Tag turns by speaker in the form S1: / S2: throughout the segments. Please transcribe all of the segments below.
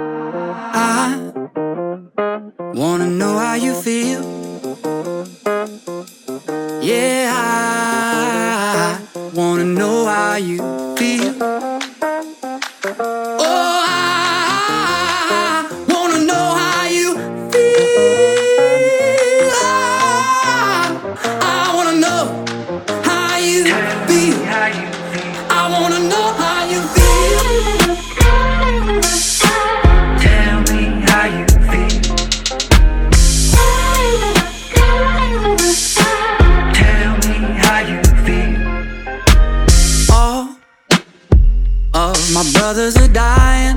S1: I wanna know how you feel. Yeah, I wanna know how you feel. Oh, I wanna know how you feel. I wanna know how you feel. I wanna know how you feel. Tell me how you feel. Tell me how you feel. All of my brothers are dying,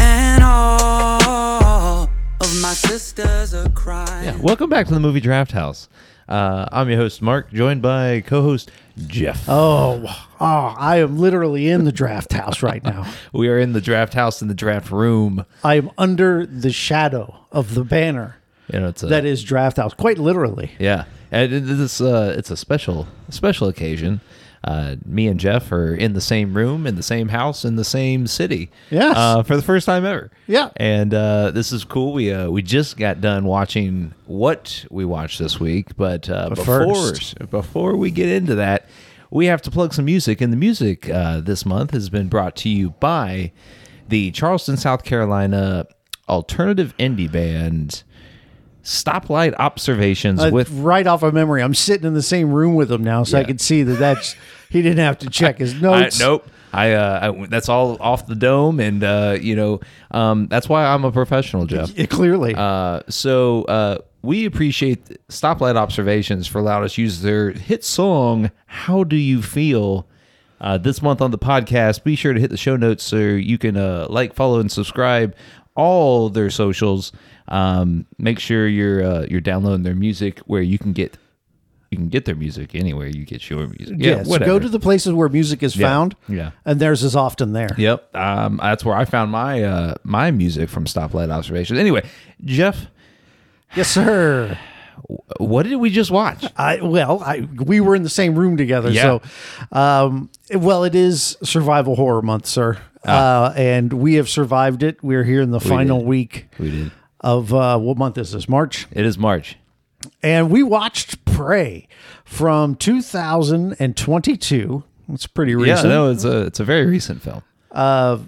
S1: and all of my sisters are
S2: Yeah,
S1: crying.
S2: welcome back to the movie Draft House. Uh, I'm your host Mark, joined by co-host Jeff.
S3: Oh, oh, I am literally in the draft house right now.
S2: We are in the draft house in the draft room.
S3: I am under the shadow of the banner
S2: You know, it's a,
S3: that is draft house, quite literally.
S2: yeah, and it is uh, it's a special special occasion. Uh, me and Jeff are in the same room, in the same house, in the same city.
S3: Yes.
S2: uh, for the first time ever.
S3: Yeah.
S2: and uh, this is cool. We uh, we just got done watching what we watched this week, but, uh,
S3: But
S2: before
S3: first.
S2: before we get into that, we have to plug some music, and the music uh, this month has been brought to you by the Charleston, South Carolina alternative indie band Stoplight Observations
S3: Uh,
S2: with
S3: right off of memory, I'm sitting in the same room with him now, so I
S2: Yeah.
S3: could see that that's he didn't have to check his notes.
S2: I, nope. I, uh, I that's all off the dome, and uh, you know um, that's why I'm a professional, Jeff.
S3: Yeah, clearly.
S2: Uh, so uh, we appreciate Stoplight Observations for allowing us to use their hit song, How Do You Feel? Uh, this month on the podcast, be sure to hit the show notes so you can uh, like, follow, and subscribe all their socials. Um, make sure you're uh, you're downloading their music where you can get you can get their music anywhere you get your music. Yeah,
S3: yes,
S2: whatever.
S3: go to the places where music is found.
S2: yeah.
S3: and theirs is often there.
S2: Yep. Um, that's where I found my uh, my music from Stoplight Observations. Anyway, Jeff,
S3: Yes, sir.
S2: what did we just watch?
S3: I well, I we were in the same room together,
S2: Yeah.
S3: so um, well, it is survival horror month, sir, uh, and we have survived it. We're here in the final
S2: Ah. did.
S3: week
S2: We did.
S3: of uh, what month is this? March,
S2: It is March.
S3: and we watched Prey from 2022. It's pretty
S2: Yeah,
S3: recent.
S2: no, it's a it's a very recent film.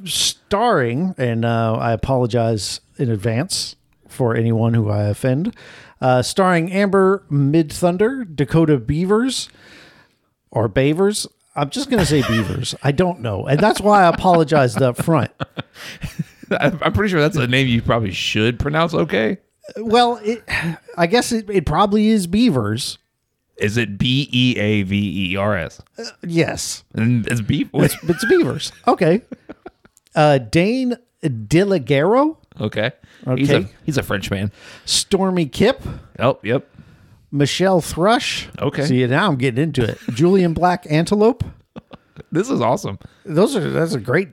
S3: starring, and uh, I apologize in advance for anyone who I offend, uh, starring Amber Mid Thunder, Dakota Beavers, or Bavers. I'm just going to say Beavers. I don't know. And that's why I apologized up front.
S2: I- I'm pretty sure that's a name you probably should pronounce. Okay,
S3: Well, it, I guess it, it probably is Beavers.
S2: is it B E A V E R S?
S3: Yes,
S2: And it's beef. It's,
S3: it's Beavers. Okay. Uh, Dane Dilligero,
S2: okay, he's a
S3: Okay.
S2: he's a French man.
S3: Stormy Kip,
S2: Oh, yep.
S3: Michelle Thrush.
S2: Okay.
S3: See, now I'm getting into it. Julian Black Antelope.
S2: This is awesome.
S3: Those are that's a great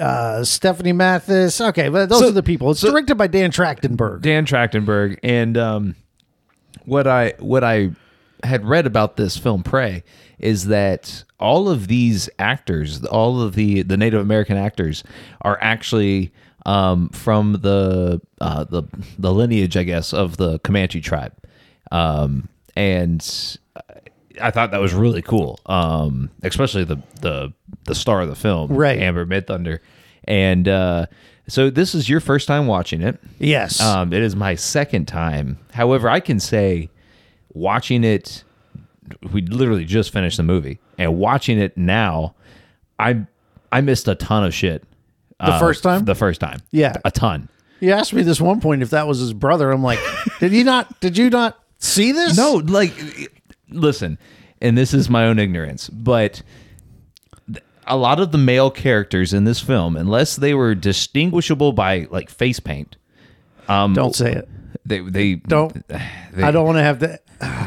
S3: uh Stephanie Mathis. Okay, but those
S2: So-
S3: are the people. It's directed by Dan Trachtenberg.
S2: Dan Trachtenberg and um, what I what I had read about this film Prey is that all of these actors, all of the the Native American actors, are actually um, from the uh, the the lineage, I guess, of the Comanche tribe, um, and I thought that was really cool, um, especially the the the star of the film,
S3: Right.
S2: Amber Mid Thunder, and uh, so this is your first time watching it.
S3: Yes.
S2: Um, it is my second time. However, I can say watching it, we literally just finished the movie, and watching it now, I I missed a ton of shit. uh,
S3: The first time?
S2: The first time.
S3: Yeah.
S2: A ton.
S3: you asked me this one point if that was his brother. I'm like, did you not did you not see this?
S2: No, like, listen, and this is my own ignorance, but th- a lot of the male characters in this film, unless they were distinguishable by like face paint,
S3: Don't say it.
S2: they they
S3: Don't.
S2: They,
S3: I don't want to have that.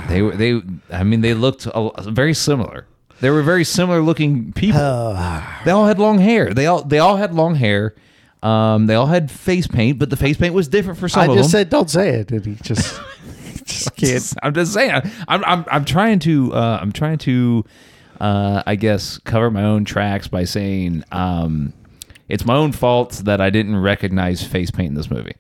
S2: They were they. I mean, they looked a, very similar. They were very similar looking people. they all had long hair. They all they all had long hair. Um, they all had face paint, but the face paint was different for some
S3: I
S2: of
S3: just
S2: them.
S3: said don't say it. And he just just can't.
S2: I'm just saying. I'm I'm I'm trying to uh, I'm trying to uh, I guess cover my own tracks by saying um, It's my own fault that I didn't recognize face paint in this movie.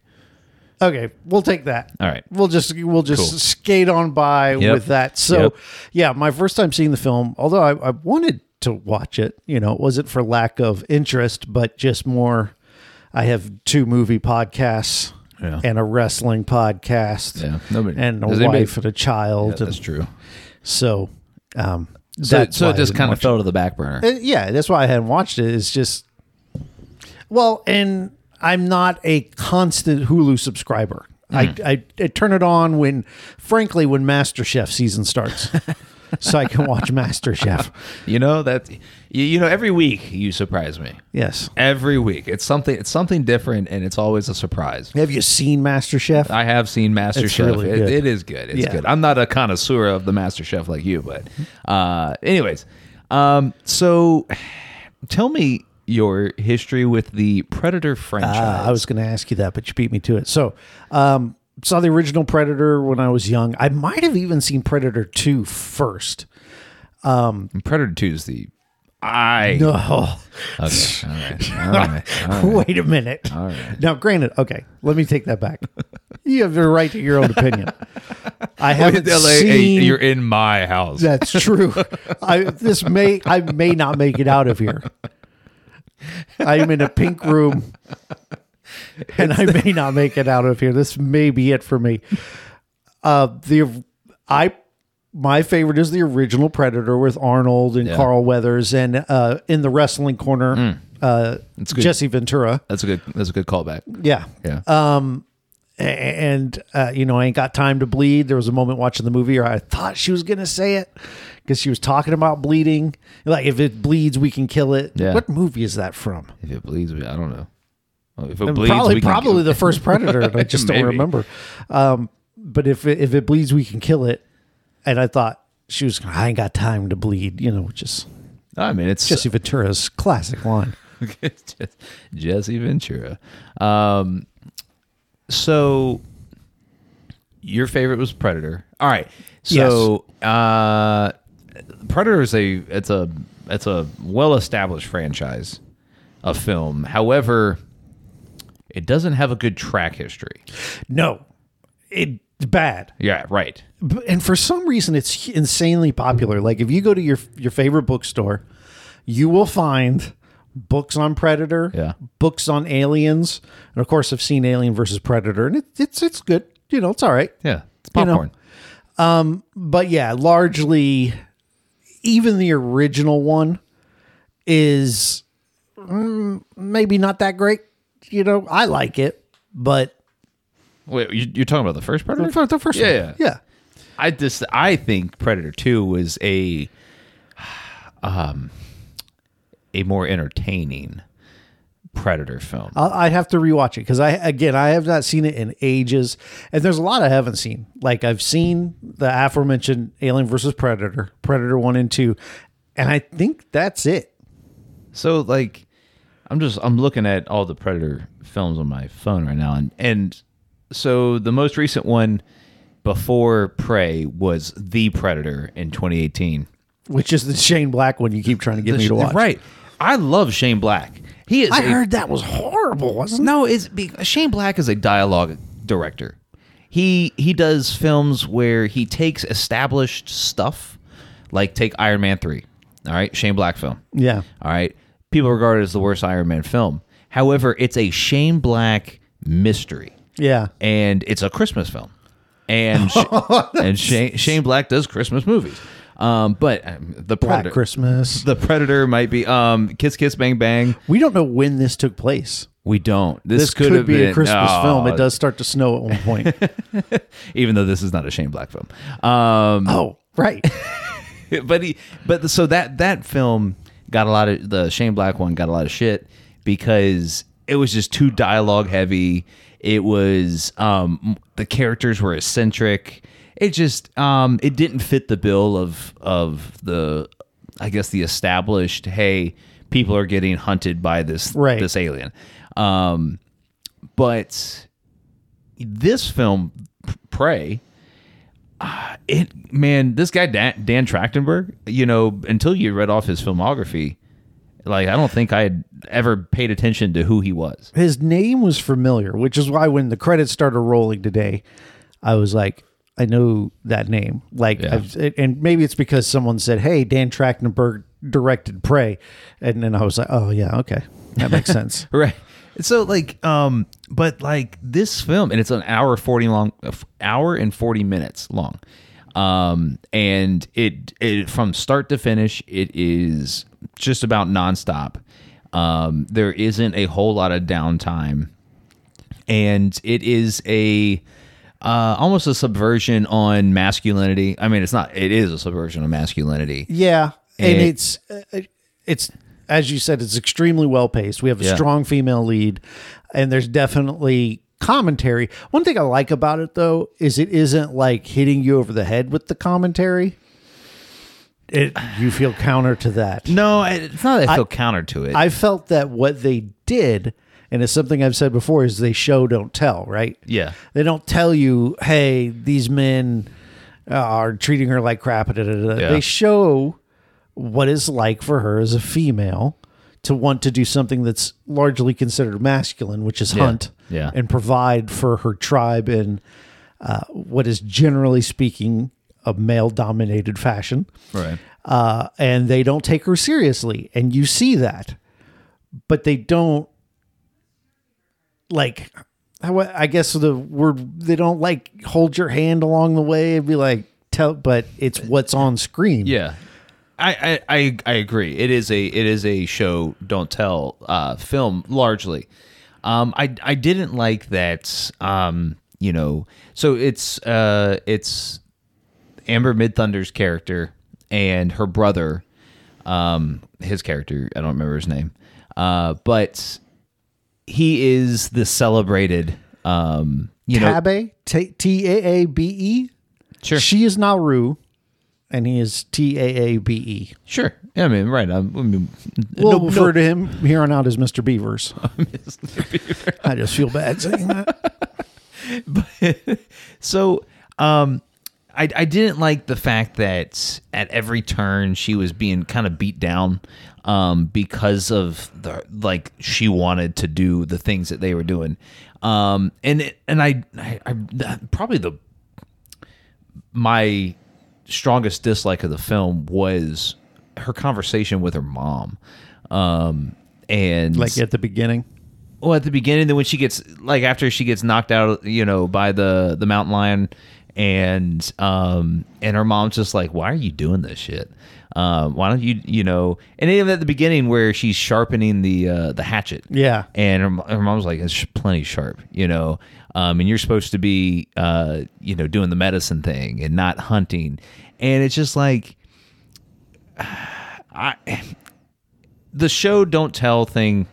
S3: Okay, we'll take that.
S2: All right.
S3: We'll just we'll just
S2: Cool.
S3: skate on by
S2: Yep.
S3: with that. So,
S2: Yep.
S3: yeah, my first time seeing the film, although I, I wanted to watch it, you know, it wasn't for lack of interest, but just more. I have two movie podcasts
S2: Yeah.
S3: and a wrestling podcast,
S2: Yeah, nobody-
S3: and a
S2: does
S3: wife
S2: anybody-
S3: and a child. and
S2: true.
S3: so, um,
S2: So,
S3: that's
S2: so
S3: why
S2: it
S3: I
S2: just
S3: didn't
S2: kind
S3: watch
S2: of
S3: it.
S2: fell to the back burner.
S3: Uh, yeah, that's why I hadn't watched it. It's just well, and I'm not a constant Hulu subscriber. I, I I turn it on when, frankly, when MasterChef season starts, so I can watch MasterChef.
S2: You know that you, you know every week you surprise me.
S3: Yes.
S2: Every week it's something it's something different and it's always a surprise.
S3: Have you seen MasterChef?
S2: I have seen MasterChef.
S3: It's really
S2: it,
S3: good.
S2: it is good. It's
S3: Yeah.
S2: good. I'm not a connoisseur of the MasterChef like you, but uh, anyways, um, so tell me your history with the Predator
S3: Uh,
S2: franchise.
S3: I was going to ask you that, but you beat me to it. So, um, saw the original Predator when I was young. I might have even seen Predator 2 first.
S2: Predator Two is the I.
S3: No.
S2: Okay. All right. All right. All right.
S3: Wait a minute. Now, granted, okay, let me take that back. you have the right to your own opinion. I haven't
S2: LA,
S3: seen.
S2: you're in my house.
S3: that's true. I this may I may not make it out of here. I'm in a pink room, and I may not make it out of here. This may be it for me. Uh, the I my favorite is the original Predator with Arnold and
S2: Yeah. Mm.
S3: Carl Weathers, and uh, in the wrestling corner, uh,
S2: good.
S3: Jesse Ventura.
S2: That's a good. That's a good callback.
S3: Yeah.
S2: Yeah.
S3: A- And, uh, you know, I ain't got time to bleed. There was a moment watching the movie where I thought she was going to say it because she was talking about bleeding. Like, if it bleeds, we can kill it.
S2: Yeah.
S3: What movie is that from?
S2: if it bleeds, we, I don't know. Well, If it
S3: And
S2: bleeds,
S3: probably
S2: we can
S3: probably the first Predator. and I just don't
S2: Maybe.
S3: remember. Um, but if it, if it bleeds, we can kill it. And I thought she was, I ain't got time to bleed, you know, which is
S2: I mean, it's
S3: Jesse Ventura's classic line.
S2: It's just Jesse Ventura. Um, so your favorite was Predator. All right. So uh, Predator is a it's a it's a well established franchise of film. However, it doesn't have a good track history.
S3: No, it's bad.
S2: Yeah, right.
S3: B- and for some reason it's insanely popular like if you go to your your favorite bookstore you will find books on predator
S2: Yeah.
S3: books on aliens and of course i've seen alien versus predator and it, it's it's good you know it's all right
S2: Yeah, it's
S3: You know.
S2: popcorn.
S3: but yeah largely even the original one is mm, maybe not that great you know i like it but
S2: Wait, you- you're talking about the first Predator?
S3: the first
S2: Mm. Yeah,
S3: one
S2: yeah.
S3: yeah
S2: I just I think Predator Two was a um a more entertaining Predator film.
S3: I'll, I'd have to rewatch it because I again I have not seen it in ages, and there's a lot I haven't seen. Like I've seen the aforementioned Alien versus Predator, Predator one and two, and I think that's it.
S2: So like I'm just I'm looking at all the Predator films on my phone right now and and so the most recent one before Prey was The Predator in 2018.
S3: Which is the Shane Black one you keep trying to get me to watch.
S2: Right. I love Shane Black. He is
S3: I
S2: a
S3: heard that was horrible, wasn't it?
S2: No, it's be- Shane Black is a dialogue director. He he does films where he takes established stuff, like take Iron Man three. All right, Shane Black film.
S3: Yeah.
S2: All right, people regard it as the worst Iron Man film. However, it's a Shane Black mystery
S3: Yeah.
S2: and it's a Christmas film. And Sh-
S3: Oh,
S2: and Shane, Shane Black does Christmas movies. Um, but um, the
S3: Black
S2: Predator,
S3: Christmas.
S2: the Predator might be um, Kiss Kiss Bang Bang.
S3: we don't know when this took place.
S2: We don't. This,
S3: This could,
S2: have
S3: be
S2: been,
S3: a Christmas
S2: oh,
S3: film. It does start to snow at one point.
S2: even though this is not a Shane Black film. Um,
S3: oh, right.
S2: but he, but the, so that that film got a lot of the Shane Black one got a lot of shit because it was just too dialogue heavy. It was um, the characters were eccentric. It just um, it didn't fit the bill of of the I guess the established hey people are getting hunted by this
S3: Right.
S2: this alien. Um, but this film, Prey, uh, it man, this guy Dan, Dan Trachtenberg, you know, until you read off his filmography, Like I don't think I had ever paid attention to who he was.
S3: His name was familiar, which is why when the credits started rolling today, I was like, I know that name. Like,
S2: Yeah.
S3: I've, it- and maybe it's because someone said, "Hey, Dan Trachtenberg directed Prey," and then I was like, "Oh yeah, okay, that makes sense."
S2: Right. So like um but like this film and it's an hour 40 long hour and 40 minutes long. Um and it it from start to finish it is just about nonstop. Um there isn't a whole lot of downtime and it is a uh, almost a subversion on masculinity. I mean, it's not. It is a subversion on masculinity.
S3: Yeah, and
S2: And-
S3: it's uh, it's as you said, it's extremely well paced. We have a
S2: Yeah.
S3: strong female lead, and there's definitely commentary. One thing I like about it though is it isn't like hitting you over the head with the commentary. It you feel counter to that.
S2: No, it's not. that I feel counter to it.
S3: I felt that what they did, and it's something I've said before, is they show don't tell, right?
S2: Yeah.
S3: They don't tell you, hey, these men uh, are treating her like crap. Da, da, da, da.
S2: Yeah.
S3: They show what it's like for her as a female to want to do something that's largely considered masculine, which is hunt
S2: Yeah.
S3: and provide for her tribe in uh, what is generally speaking a male dominated fashion
S2: right.
S3: uh, and they don't take her seriously. And you see that, but they don't like. how- I guess the word they don't like hold your hand along the way and be like tell, but it's what's on screen.
S2: Yeah. I, I, I, I agree. It is a it is a show don't tell uh, film largely. Um, I I didn't like that. Um, you know, so it's uh, it's Amber Mid Thunder's character and her brother, um, his character. I don't remember his name, uh, but he is the celebrated. Um, you know,
S3: Tabe T A A B E.
S2: Sure.
S3: She is Nauru, and he is T A A B E.
S2: sure. I mean, right. I, I mean,
S3: We'll refer to him here on out as Mr. Beavers. I just feel bad saying that.
S2: So, um, I, I didn't like the fact that at every turn she was being kind of beat down um, because of the like she wanted to do the things that they were doing, um, and it- and I, I, I probably the my strongest dislike of the film was her conversation with her mom, um, and
S3: Like at the beginning.
S2: well, at the beginning, then when she gets like after she gets knocked out, you know, by the the mountain lion, and um and her mom's just like, why are you doing this shit? Um, why don't you you know? And even at the beginning where she's sharpening the uh, the hatchet,
S3: Yeah.
S2: and her, mo- her mom's like, it's plenty sharp, you know. Um, and you're supposed to be uh you know doing the medicine thing and not hunting, and it's just like. I, the show don't tell thing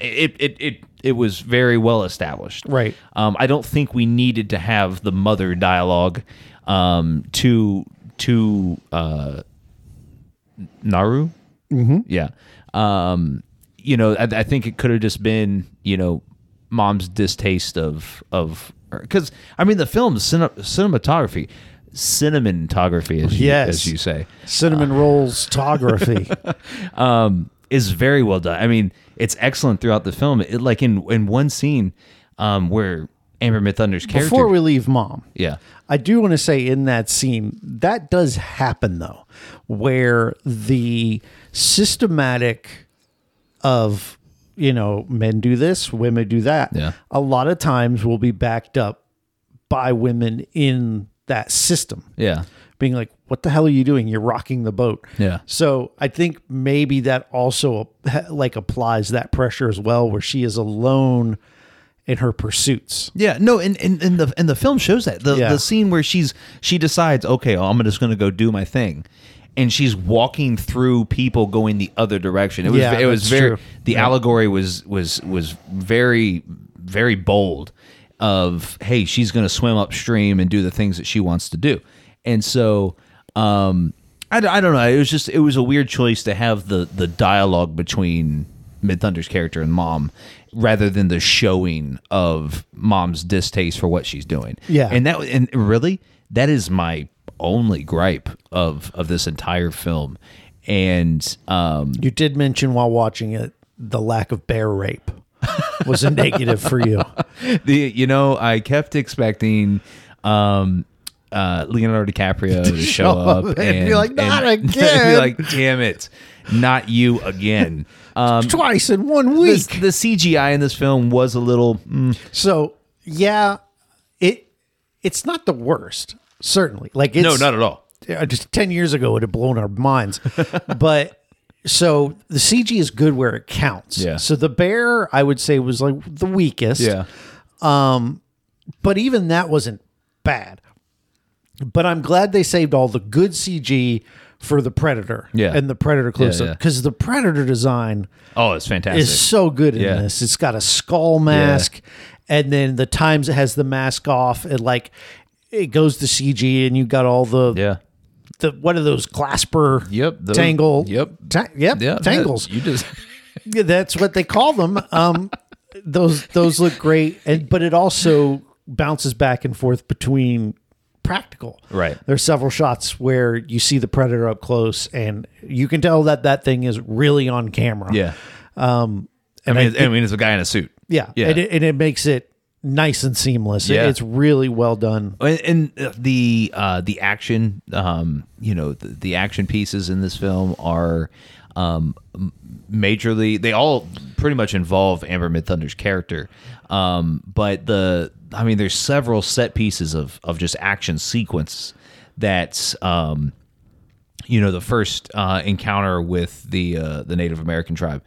S2: it it it, it was very well established
S3: Right.
S2: um, i don't think we needed to have the mother dialogue um, to to uh, naru mm-hmm. yeah um, you know I, I think it could have just been you know mom's distaste of of because i mean the film's cine, cinematography cinematography as you,
S3: Yes.
S2: as you say
S3: Cinnamon rolls, topography.
S2: um, is very well done. I mean, it's excellent throughout the film. It, like in in one scene um, where Amber Mid Thunder's character,
S3: Before we leave mom,
S2: yeah,
S3: I do want to say in that scene, that does happen though, where the systematic of, you know, men do this, women do that,
S2: Yeah.
S3: a lot of times will be backed up by women in that system.
S2: yeah,
S3: being like, "What the hell are you doing? You're rocking the boat."
S2: Yeah.
S3: So I think maybe that also like applies that pressure as well, where she is alone in her pursuits.
S2: yeah. No, and, and and the and the film shows that the
S3: Yeah.
S2: the scene where she's she decides, okay, I'm just going to go do my thing, and she's walking through people going the other direction. It was
S3: Yeah,
S2: it was
S3: that's
S2: very
S3: true.
S2: the allegory was was was very very bold of hey she's going to swim upstream and do the things that she wants to do and so um I, don't- I don't know it was just it was a weird choice to have the the dialogue between mid-thunder's character and mom rather than the showing of mom's distaste for what she's doing
S3: Yeah.
S2: and that and really that is my only gripe of of this entire film and um,
S3: You did mention while watching it the lack of bear rape was a negative for you.
S2: the you know I kept expecting um, uh, Leonardo DiCaprio to show up and,
S3: and be like, "Not
S2: and-
S3: again."
S2: be like, damn it, not you again. Um,
S3: Twice in one
S2: the,
S3: week.
S2: the CGI in this film was a little. mm,
S3: So yeah, it it's not the worst, certainly. Like it's,
S2: at all.
S3: uh, just 10 years ago it had blown our minds but so the cg is good where it counts
S2: Yeah.
S3: so the bear i would say was like the weakest
S2: Yeah,
S3: but even that wasn't bad but i'm glad they saved all the good cg for the predator
S2: Yeah.
S3: and the predator close
S2: yeah.
S3: up because the predator design
S2: oh, it's fantastic.
S3: is so good in
S2: Yeah.
S3: this. It's got a skull mask, and then the times it has the mask off, and like it goes to CG, and you got all the
S2: yeah,
S3: the what are those clasper?
S2: Yep, those-
S3: tangle.
S2: yep.
S3: ta- yep,
S2: yeah,
S3: tangles.
S2: yeah, You just
S3: Yeah, That's what they call them. Um, those those look great, and but it also bounces back and forth between practical.
S2: Right.
S3: There's several shots where you see the predator up close, and you can tell that that thing is really on camera.
S2: yeah. Um, I mean, I, mean, it's a guy in a suit.
S3: Yeah.
S2: Yeah.
S3: And, it, and it makes it nice and seamless. It-
S2: Yeah.
S3: It's really well done.
S2: and, and the uh, the action, um, you know, the, the action pieces in this film are um, m- majorly they all pretty much involve Amber Mid Thunder's character, um, but the I mean, there's several set pieces of of just action sequence that's um, you know the first uh, encounter with the uh, the Native American tribe,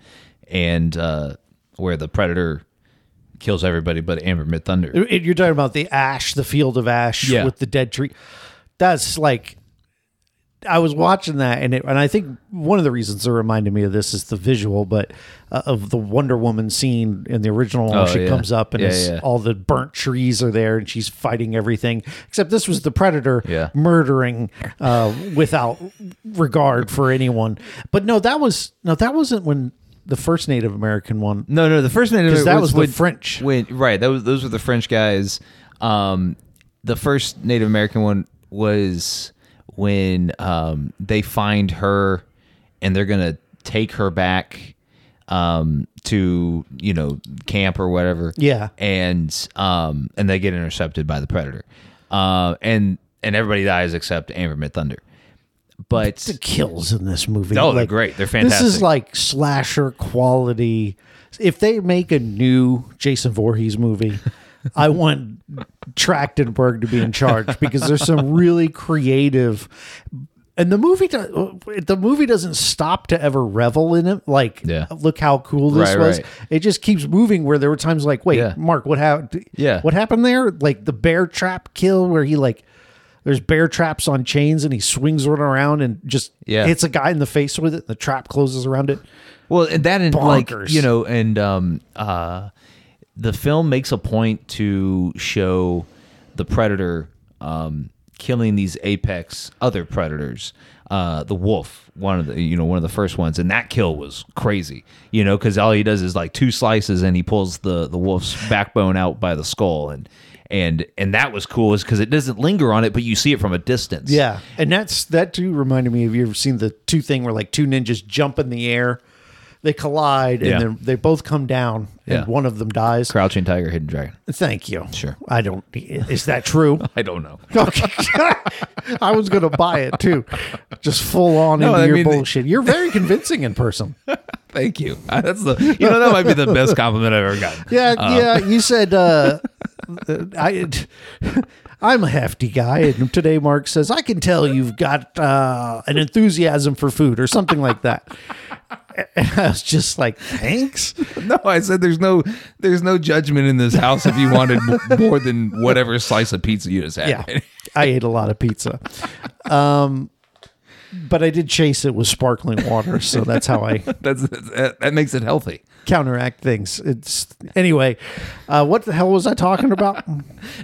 S2: and uh, where the predator kills everybody but Amber Mid Thunder.
S3: It- you're talking about the ash, the field of ash
S2: Yeah.
S3: with the dead tree. That's like, I was watching that, and it, and I think one of the reasons it reminded me of this is the visual, but uh, of the Wonder Woman scene in the original one,
S2: Oh,
S3: where she
S2: yeah.
S3: comes up and
S2: Yeah,
S3: it's-
S2: yeah.
S3: all the burnt trees are there, and she's fighting everything. Except this was the predator
S2: Yeah.
S3: murdering uh, without regard for anyone. But no, that was no, that wasn't when the first Native American one.
S2: No, no, the first Native
S3: 'Cause that was the
S2: when-
S3: French.
S2: When, right, that was those were the French guys. Um, the first Native American one was when um, they find her and they're gonna take her back um, to you know camp or whatever.
S3: Yeah.
S2: and um, and they get intercepted by the predator, uh, and and everybody dies except Amber Mid Thunder. But
S3: the kills in this movie.
S2: Oh, they're great. They're
S3: This is
S2: fantastic.
S3: like slasher quality. If they make a new Jason Voorhees movie, I want Trachtenberg to be in charge because there's some really creative. And the movie, do, the movie doesn't stop to ever revel in it. Like,
S2: Yeah.
S3: look how cool this
S2: Right,
S3: was.
S2: right.
S3: It just keeps moving. Where there were times like, wait,
S2: Yeah.
S3: Mark, what happened?
S2: Yeah.
S3: what happened there? Like the bear trap kill, where he like there's bear traps on chains and he swings one around and just
S2: Yeah.
S3: hits a guy in the face with it. The trap closes around it.
S2: Well, and that and
S3: Bonkers.
S2: like you know, and um, uh, the film makes a point to show the predator um, killing these apex other predators. Uh, the wolf, one of the you know one of the first ones, and that kill was crazy. You know, because all he does is like two slices, and he pulls the the wolf's backbone out by the skull, and and and that was cool, is because it doesn't linger on it, but you see it from a distance.
S3: Yeah, and that's that too reminded me. Have you ever seen the two thing where like two ninjas jump in the air, they collide
S2: Yeah.
S3: and then they both come down and
S2: Yeah.
S3: one of them dies.
S2: Crouching tiger, hidden dragon.
S3: Thank you.
S2: Sure.
S3: I don't. Is that true?
S2: I don't know.
S3: Okay. I was gonna buy it too, just full on into
S2: I
S3: your
S2: mean-
S3: bullshit. You're very convincing in person.
S2: Thank you. That's the you know that might be the best compliment I've ever gotten. Um,
S3: Yeah, yeah. You said uh, I. I'm a hefty guy, and today Mark says I can tell you've got uh, an enthusiasm for food or something like that. And I was just like, thanks.
S2: No, I said there's no there's no judgment in this house if you wanted m- more than whatever slice of pizza you just had.
S3: Yeah, I ate a lot of pizza, um, but I did chase it with sparkling water, so that's how I
S2: That's that that makes it healthy.
S3: counteract things. It's anyway. Uh, what the hell was I talking about?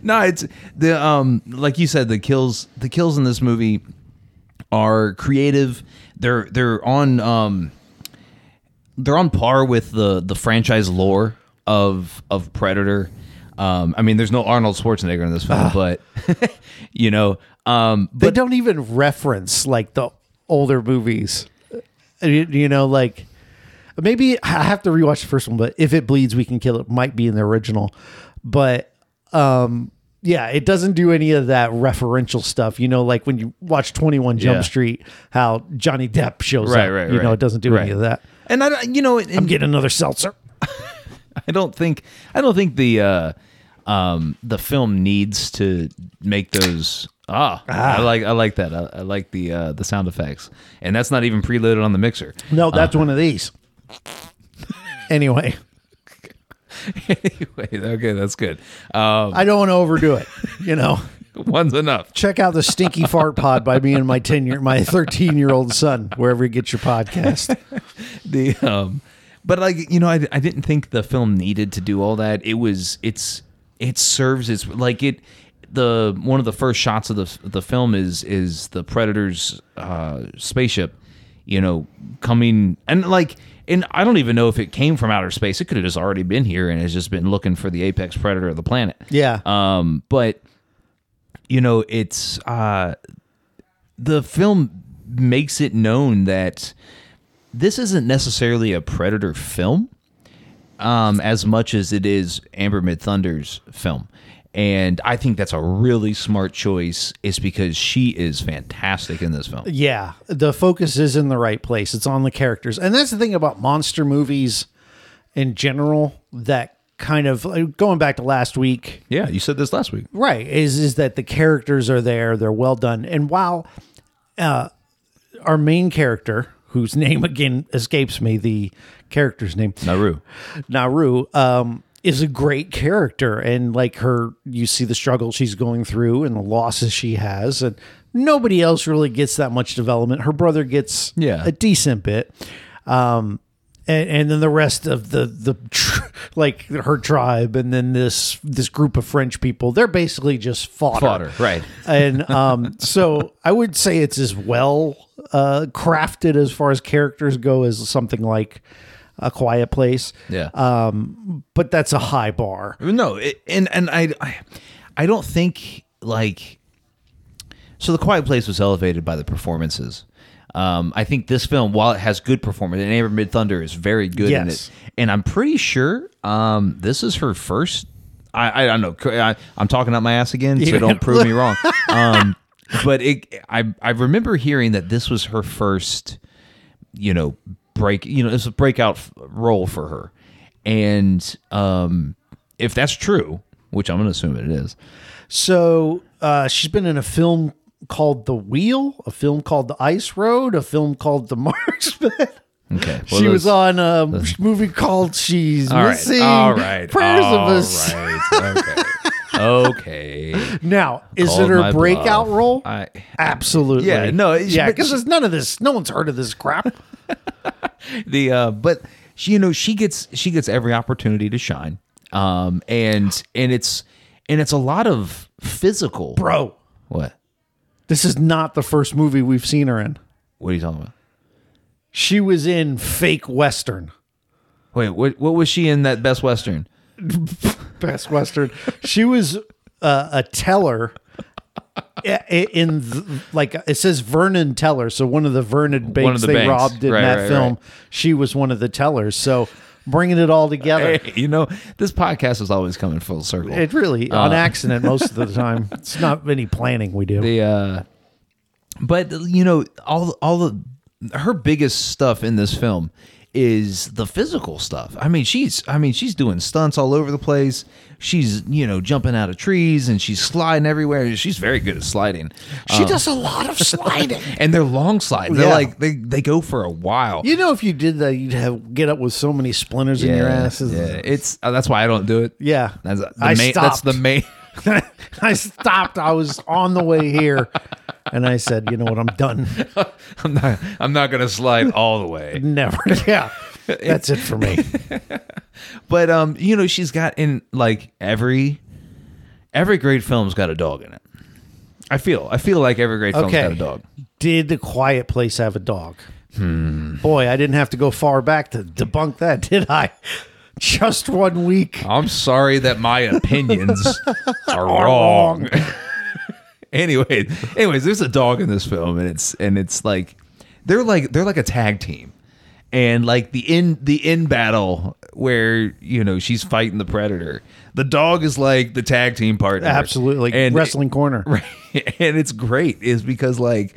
S2: No, it's the um like you said the kills the kills in this movie are creative. They're they're on um they're on par with the the franchise lore of of Predator. Um, I mean, there's no Arnold Schwarzenegger in this film, but you know, um,
S3: they don't even reference like the older movies. Uh, you, you know, like maybe I have to rewatch the first one, but if it bleeds, we can kill it. Might be in the original, but um, yeah, it doesn't do any of that referential stuff. You know, like when you watch Twenty One Jump
S2: Yeah.
S3: Street, how Johnny Depp shows
S2: Right,
S3: up.
S2: right,
S3: you know,
S2: right.
S3: it doesn't do any
S2: Right.
S3: of that.
S2: And I, don't- you know, and-
S3: I'm getting another seltzer.
S2: I don't think I don't think the uh, um, the film needs to make those. Ah, I like I like that. I, I like the uh, the sound effects, and that's not even preloaded on the mixer.
S3: No, that's
S2: Uh-huh.
S3: one of these. Anyway,
S2: anyway, okay, that's good. Um,
S3: I don't want to overdo it. You know,
S2: one's enough.
S3: check out the Stinky Fart Pod by me and my ten year, my thirteen year old son, wherever you get your podcast.
S2: the um but like you know I, I didn't think the film needed to do all that it was it's it serves its like it the one of the first shots of the the film is is the predator's uh spaceship you know coming and like and I don't even know if it came from outer space it could have just already been here and has just been looking for the apex predator of the planet
S3: Yeah.
S2: um but you know it's uh the film makes it known that this isn't necessarily a predator film um, as much as it is Amber Mid Thunder's film. And I think that's a really smart choice. It's because she is fantastic in this film.
S3: Yeah, the focus is in the right place. It's on the characters, and that's the thing about monster movies in general. That kind of uh, going back to last week,
S2: Yeah, you said this last week.
S3: right? Is is that the characters are there? They're well done, and while uh, our main character, whose name again escapes me, the character's name,
S2: Naru.
S3: Naru um, is a great character, and like her, you see the struggle she's going through and the losses she has, and nobody else really gets that much development. Her brother gets
S2: Yeah.
S3: a decent bit, um, and, and then the rest of the the tr- like her tribe, and then this this group of French people, they're basically just fodder,
S2: Fodder, right.
S3: and um, so I would say it's as well uh, crafted as far as characters go as something like a quiet place
S2: Yeah.
S3: but that's a high bar.
S2: No, it, and and I, I I don't think like so the Quiet Place was elevated by the performances. Um, I think this film, while it has good performance, and Amber Mid Thunder is very good in
S3: Yes.
S2: it, and I'm pretty sure um, this is her first. I, I don't know. I, I'm talking out my ass again, so
S3: Yeah.
S2: don't prove me wrong. Um, but it, I I remember hearing that this was her first you know break you know it's a breakout f- role for her and um if that's true which i'm gonna assume it is
S3: So uh, she's been in a film called The Wheel, a film called The Ice Road, a film called The Marksman.
S2: okay well,
S3: she was
S2: that's-
S3: on a movie called She's
S2: all right
S3: Missing.
S2: all right
S3: Prayers
S2: all
S3: of Us.
S2: right, okay okay
S3: Now, is
S2: Called
S3: it
S2: my
S3: her breakout
S2: bluff.
S3: role?
S2: I-
S3: Absolutely.
S2: Yeah, no, it's-
S3: yeah,
S2: but
S3: because
S2: she-
S3: there's none of this. No one's heard of this crap.
S2: the uh but she you know she gets she gets every opportunity to shine um and and it's and it's a lot of physical
S3: Bro,
S2: what
S3: this is not the first movie we've seen her in.
S2: what are you talking about
S3: She was in Fake Western.
S2: wait what, what was she in that best western
S3: Best Western. She was uh, a teller i- i- in th- like it says Vernon Teller, so one of the Vernon banks
S2: of the
S3: they
S2: banks.
S3: robbed in
S2: Right,
S3: that
S2: right,
S3: film.
S2: right.
S3: She was one of the tellers. So bringing it all together,
S2: Hey, you know, this podcast is always coming full circle.
S3: it really
S2: Uh.
S3: on accident most of the time. It's not any planning we do.
S2: the uh, but you know, all all the her biggest stuff in this film is the physical stuff. I mean, she's I mean, she's doing stunts all over the place. She's you know jumping out of trees and she's sliding everywhere. She's very good at sliding. Uh,
S3: she does a lot of sliding.
S2: And they're long slides. They're
S3: Yeah.
S2: like they, they go for a while.
S3: You know, if you did that, you'd have get up with so many splinters in your asses.
S2: yeah. It's uh, that's why I don't do it.
S3: Yeah.
S2: That's the
S3: I
S2: main, that's the
S3: stopped.
S2: main
S3: I stopped. I was on the way here, and I said, "You know what? I'm done."
S2: I'm not I'm not gonna slide all the way.
S3: Never. Yeah. That's it for me.
S2: But um, you know, she's got in like every every great film's got a dog in it. I feel I feel like every great film's
S3: Okay.
S2: got a dog.
S3: Did The Quiet Place have a dog?
S2: Hmm.
S3: Boy, I didn't have to go far back to debunk that, did I? Just one week.
S2: I'm sorry that my opinions are wrong. anyway, anyways, there's a dog in this film, and it's and it's like they're like they're like a tag team, and like the in the in battle where you know she's fighting the predator. The dog is like the tag team partner,
S3: Absolutely.
S2: and
S3: Wrestling corner.
S2: right? And it's great is because like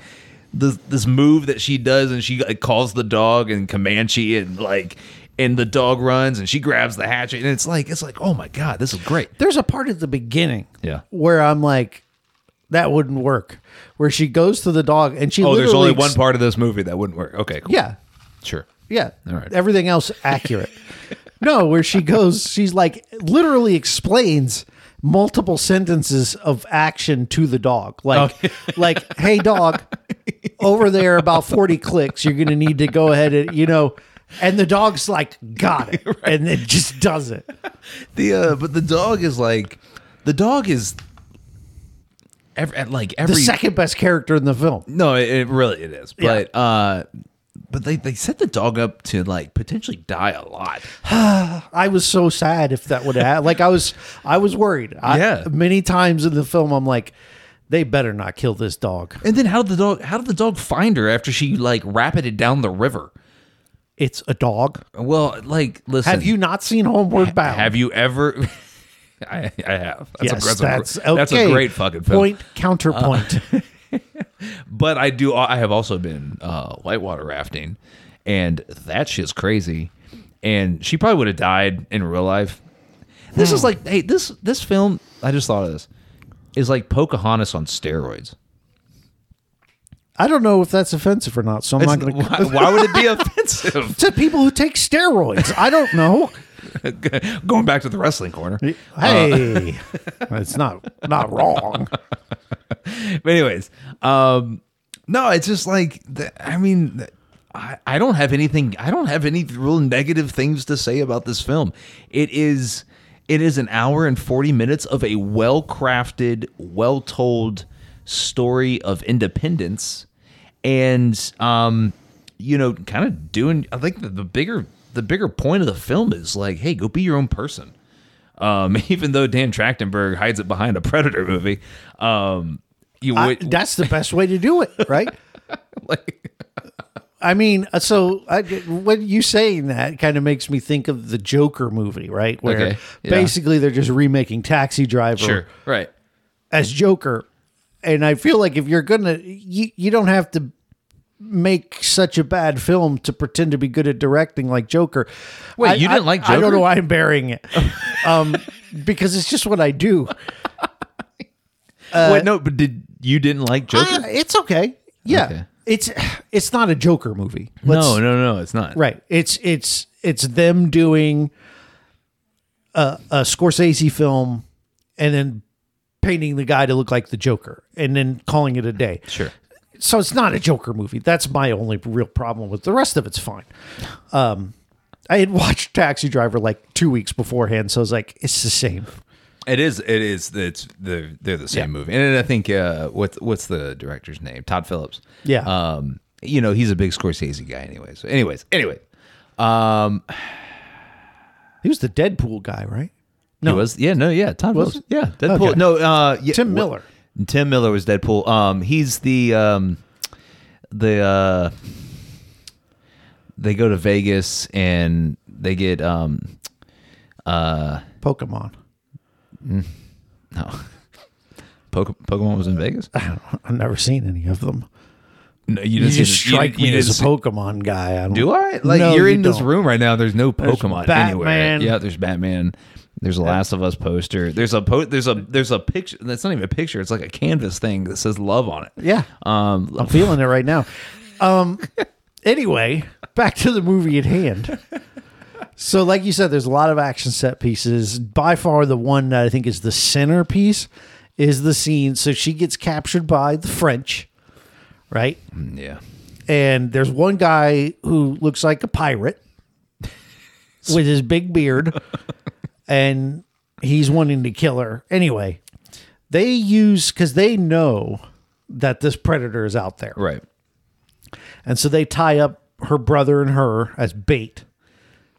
S2: this this move that she does and she like, calls the dog and Comanche and like and the dog runs and she grabs the hatchet and it's like it's like oh my god this is great.
S3: There's a part at the beginning
S2: Yeah.
S3: where I'm like, that wouldn't work. Where she goes to the dog and she
S2: Oh, there's
S3: literally
S2: only one
S3: ex-
S2: part of this movie that wouldn't work. Okay, cool.
S3: Yeah.
S2: sure.
S3: Yeah.
S2: All right.
S3: Everything else accurate. no, where she goes, she's like literally explains multiple sentences of action to the dog. Like like, hey dog, over there about 40 clicks, you're gonna need to go ahead and you know and the dog's like, got it. And it just does it.
S2: The uh, but the dog is like the dog is ev at like
S3: The
S2: every
S3: second best character in the film.
S2: No, it, it really it is. But uh but they, they set the dog up to like potentially die a lot.
S3: I was so sad if that would have like I was I was worried. I,
S2: Yeah.
S3: Many times in the film I'm like, they better not kill this dog.
S2: And then how did the dog how did the dog find her after she like rapided down the river?
S3: It's a dog.
S2: Well, like listen
S3: Have you not seen Homeward Bound?
S2: have you ever I, I have. That's,
S3: Yes,
S2: a,
S3: that's
S2: that's, a, that's a
S3: okay.
S2: great fucking film. Uh,
S3: Point counterpoint.
S2: But I do I have also been uh whitewater rafting and that shit's crazy. And she probably would have died in real life. This is like hey, this this film I just thought of this is like Pocahontas on steroids.
S3: I don't know if that's offensive or not, so I'm not
S2: It's-
S3: going to.
S2: why, why would it be offensive?
S3: To people who take steroids, I don't know.
S2: Going back to the wrestling corner.
S3: Hey, it's not not wrong.
S2: But anyways, um, no, it's just like the, I mean, the- I, I don't have anything. I don't have any real negative things to say about this film. It is it is an hour and forty minutes of a well crafted, well told story of independence, and um, you know, kind of doing. I think the, the bigger the bigger point of the film is like, hey, go be your own person. Um, even though Dan Trachtenberg hides it behind a Predator movie, um, you
S3: I-
S2: would
S3: that's the best way to do it, right?
S2: like
S3: I mean, uh, so I, when you saying that kind of makes me think of the Joker movie, right? Where
S2: Okay, yeah.
S3: basically they're just remaking Taxi Driver
S2: right.
S3: as Joker. And I feel like if you're gonna, you, you don't have to make such a bad film to pretend to be good at directing like Joker.
S2: Wait,
S3: I-
S2: you
S3: I-
S2: didn't like
S3: I don't
S2: Joker?
S3: know why I'm burying it, um, because it's just what I do.
S2: Wait, no, but did you didn't like
S3: Ah, it's okay. Yeah,
S2: Okay.
S3: it's it's not a Joker movie. Let's-
S2: no, no, no, it's not.
S3: Right. It's it's it's them doing a, a Scorsese film and then painting the guy to look like the Joker and then calling it a day.
S2: Sure.
S3: So it's not a Joker movie. That's my only real problem with the rest of it's fine. Um I had watched Taxi Driver like two weeks beforehand, so I was like, it's the same.
S2: It is. It is. It's the they're the same movie, and then I think uh, what's what's the director's name? Todd Phillips.
S3: Yeah.
S2: Um, you know he's a big Scorsese guy, anyway. So, anyways, anyway, um,
S3: He was the Deadpool guy, right?
S2: he was yeah, no, yeah, Todd
S3: Was
S2: Phillips,
S3: it?
S2: yeah, Deadpool.
S3: Okay.
S2: No, uh, yeah,
S3: Tim
S2: wh-
S3: Miller.
S2: Tim Miller was Deadpool. Um, he's the um, the uh, they go to Vegas and they get um,
S3: Pokemon.
S2: No. Poke- Pokemon was in Vegas?
S3: I've never seen any of them.
S2: No, you
S3: You
S2: didn't see
S3: just
S2: this-
S3: strike
S2: you,
S3: me
S2: you
S3: as
S2: didn't
S3: a
S2: see-
S3: Pokemon guy. I don't-
S2: Do I? Like
S3: No,
S2: you're
S3: you
S2: in this
S3: don't.
S2: room right now. There's no Pokemon anywhere.
S3: Batman.
S2: Yeah, there's Batman. There's a Last of Us poster. There's a po- there's a there's a picture. That's not even a picture. It's like a canvas thing that says love on it.
S3: Yeah.
S2: Um,
S3: I'm feeling it right now. Um, anyway, back to the movie at hand. So, like you said, there's a lot of action set pieces. By far, the one that I think is the centerpiece is the scene. So she gets captured by the French, right?
S2: Mm, yeah.
S3: And there's one guy who looks like a pirate with his big beard, and he's wanting to kill her. Anyway, they use because they know that this predator is out there.
S2: Right.
S3: And so they tie up her brother and her as bait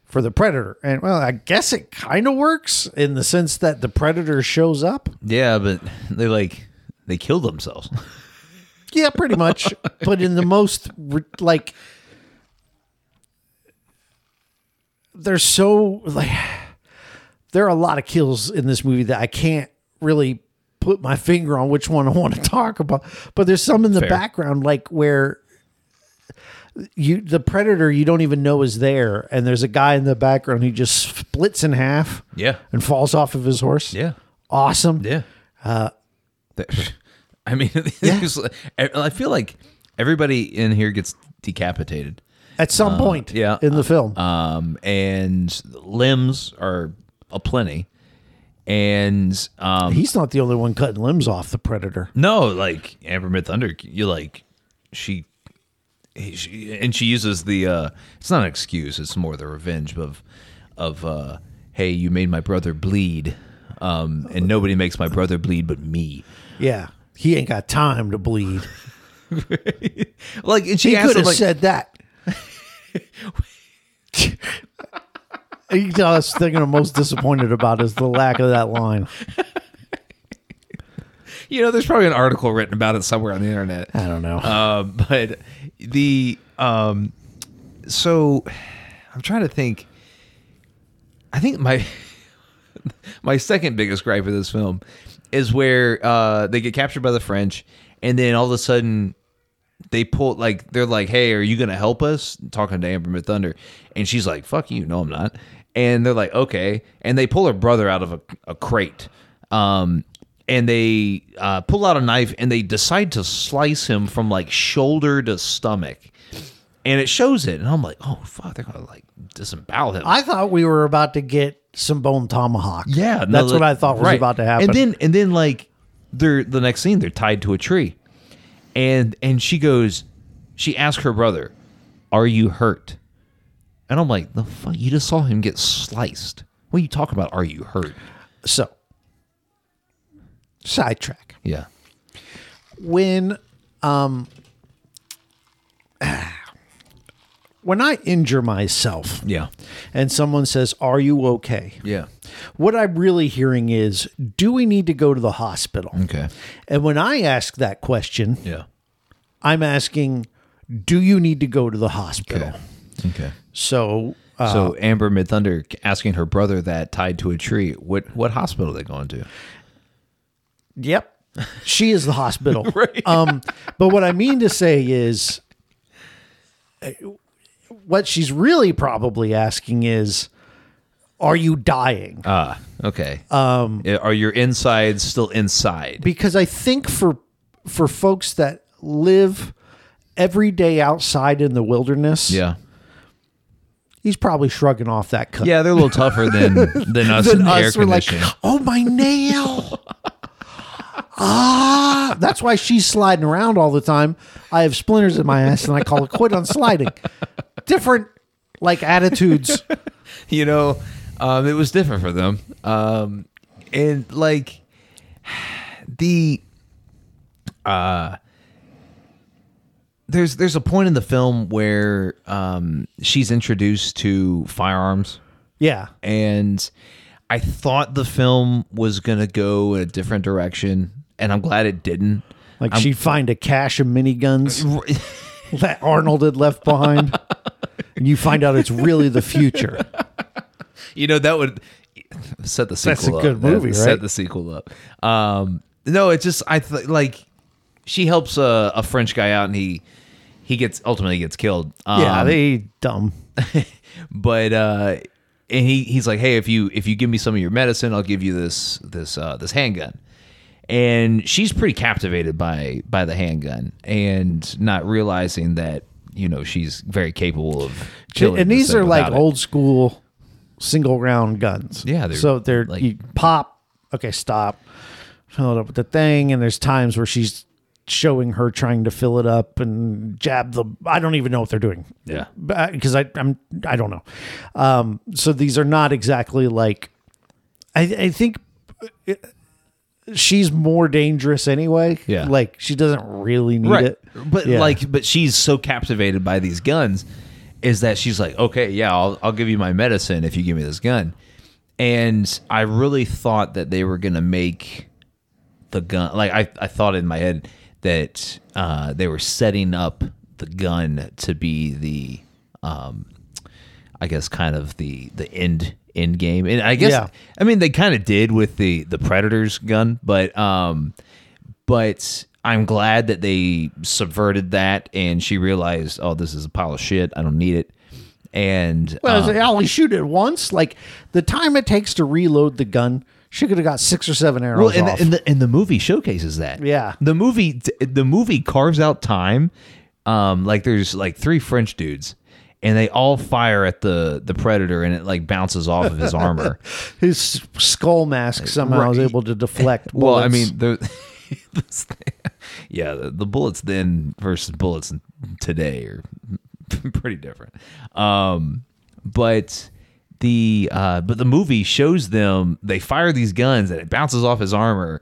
S3: for the predator. And well, I guess it kind of works in the sense that the predator shows up.
S2: Yeah, but they like they kill themselves.
S3: Yeah, pretty much, but in the most re- like they're so like there are a lot of kills in this movie that I can't really put my finger on which one I want to talk about, but there's some in the
S2: Fair.
S3: background like where you the predator you don't even know is there and there's a guy in the background who just splits in half
S2: Yeah.
S3: and falls off of his horse
S2: Yeah.
S3: awesome
S2: Yeah. Uh, I mean, it was like- I I feel like everybody in here gets decapitated.
S3: at some point
S2: Uh, yeah.
S3: in the film
S2: Um, and limbs are aplenty. And um,
S3: He's not the only one cutting limbs off the predator.
S2: no, like Amber Mid Thunder, you like she, she, and she uses the. uh It's not an excuse. It's more the revenge of, of uh, hey, you made my brother bleed, um, and nobody makes my brother bleed but me.
S3: Yeah. He ain't got time to bleed.
S2: Like, and she
S3: He
S2: asked
S3: could
S2: him,
S3: have
S2: like,
S3: said that. you know, I was thinking I'm most disappointed about is the lack of that line.
S2: you know, there's probably an article written about it somewhere on the internet.
S3: I don't know.
S2: Uh, but the um, so I'm trying to think. I think my my second biggest gripe with this film is where uh, they get captured by the French, and then all of a sudden they pull like they're like, "Hey, are you gonna help us?" Talking to Amber Mid Thunder, and she's like, "Fuck you, no, I'm not." And they're like, "Okay," and they pull her brother out of a, a crate, um, and they uh, pull out a knife and they decide to slice him from like shoulder to stomach, and it shows it, and I'm like, "Oh fuck, they're gonna like disembowel him."
S3: I thought we were about to get some bone tomahawk.
S2: Yeah, no,
S3: that's
S2: like-
S3: what I thought was
S2: right.
S3: about to happen.
S2: And then and then like they're the next scene they're tied to a tree, and and she goes, she asks her brother, "Are you hurt?" And I'm like, "The fuck! You just saw him get sliced. What are you talking about? Are you hurt?"
S3: so sidetrack.
S2: Yeah,
S3: when um when I injure myself
S2: yeah,
S3: and someone says, "Are you okay?"
S2: yeah.
S3: What I'm really hearing is, "Do we need to go to the hospital?"
S2: Okay,
S3: And when I ask that question,
S2: yeah,
S3: I'm asking, "Do you need to go to the hospital?"
S2: okay.
S3: So, uh,
S2: So Amber Mid Thunder asking her brother that tied to a tree. What what hospital are they going to?
S3: yep. She is the hospital. Um but what I mean to say is uh, what she's really probably asking is, "Are you dying?"
S2: Ah, okay. Um, are your insides still inside?
S3: because I think for for folks that live every day outside in the wilderness,
S2: Yeah.
S3: he's probably shrugging off that cut.
S2: Yeah, they're a little tougher than than us in
S3: Than
S2: the air
S3: us, we're like,
S2: conditioning.
S3: oh my nail. ah, that's why she's sliding around all the time. I have splinters in my ass, and I call it quit on sliding. Different like attitudes.
S2: you know, um, it was different for them, um, and like the uh, there's there's a point in the film where um, she's introduced to firearms
S3: Yeah,
S2: and I thought the film was gonna go in a different direction, and I'm glad it didn't.
S3: like she'd find a cache of miniguns that Arnold had left behind, and you find out it's really the future.
S2: you know that would set the sequel
S3: That's a
S2: up.
S3: good
S2: That
S3: movie,
S2: set
S3: right?
S2: the sequel up um no it's just i th- like she helps a, a french guy out and he he gets ultimately gets killed um,
S3: Yeah, Ah, they dumb.
S2: but uh and he he's like hey if you if you give me some of your medicine i'll give you this this uh this handgun and she's pretty captivated by by the handgun and not realizing that you know she's very capable of killing
S3: and
S2: this
S3: these
S2: thing
S3: are like
S2: without it.
S3: old school single round guns.
S2: Yeah, they're
S3: they're so they're
S2: like-
S3: you pop. Okay, stop. Fill it up with the thing, and there's times where she's showing her trying to fill it up and jab the. I don't even know what they're doing.
S2: Yeah.
S3: because I I'm I don't know. Um, so these are not exactly like. I I think. uh, She's more dangerous anyway.
S2: Yeah.
S3: Like she doesn't really need
S2: right.
S3: it.
S2: But
S3: Yeah.
S2: like, but she's so captivated by these guns, is that she's like, okay, yeah, I'll, I'll give you my medicine if you give me this gun. And I really thought that they were gonna make the gun. Like I, I thought in my head that uh, they were setting up the gun to be the, um, I guess, kind of the the end end game. And I guess
S3: Yeah.
S2: I mean they kind of did with the the Predator's gun, but um, but I'm glad that they subverted that and she realized, oh, this is a pile of shit. I don't need it. And
S3: Well,
S2: um,
S3: it's like, I only shoot it once. Like the time it takes to reload the gun, she could have got six or seven arrows
S2: Well, and,
S3: off.
S2: the- and the and the movie showcases that.
S3: Yeah.
S2: the movie the movie carves out time. Um, like there's like three French dudes, and they all fire at the the predator, and it like bounces off of his armor.
S3: His skull mask somehow was
S2: Right.
S3: able to deflect.
S2: well, I
S3: bullets.
S2: mean, the, this- yeah, the, the bullets then versus bullets today are pretty different. Um, but the uh, but the movie shows them they fire these guns and it bounces off his armor,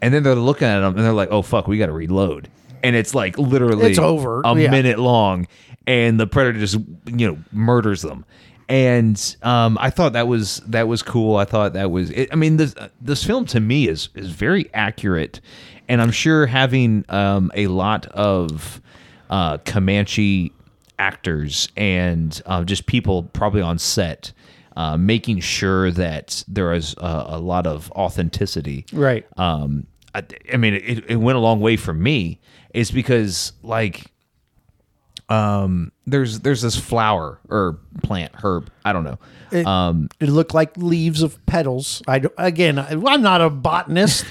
S2: and then they're looking at him and they're like, "Oh fuck, we got to reload." And it's like literally
S3: It's over,
S2: a
S3: yeah.
S2: minute long, and the predator just you know murders them. And um, I thought that was that was cool. I thought that was. It, I mean, this uh, this film to me is is very accurate, and I'm sure having um, a lot of uh, Comanche actors and uh, just people probably on set. Uh, making sure that there is a, a lot of authenticity
S3: right?
S2: um i, I mean it, it went a long way for me is because like um there's there's this flower or plant herb i don't know
S3: It, it looked like leaves of petals. I don't- again, I, I'm not a botanist.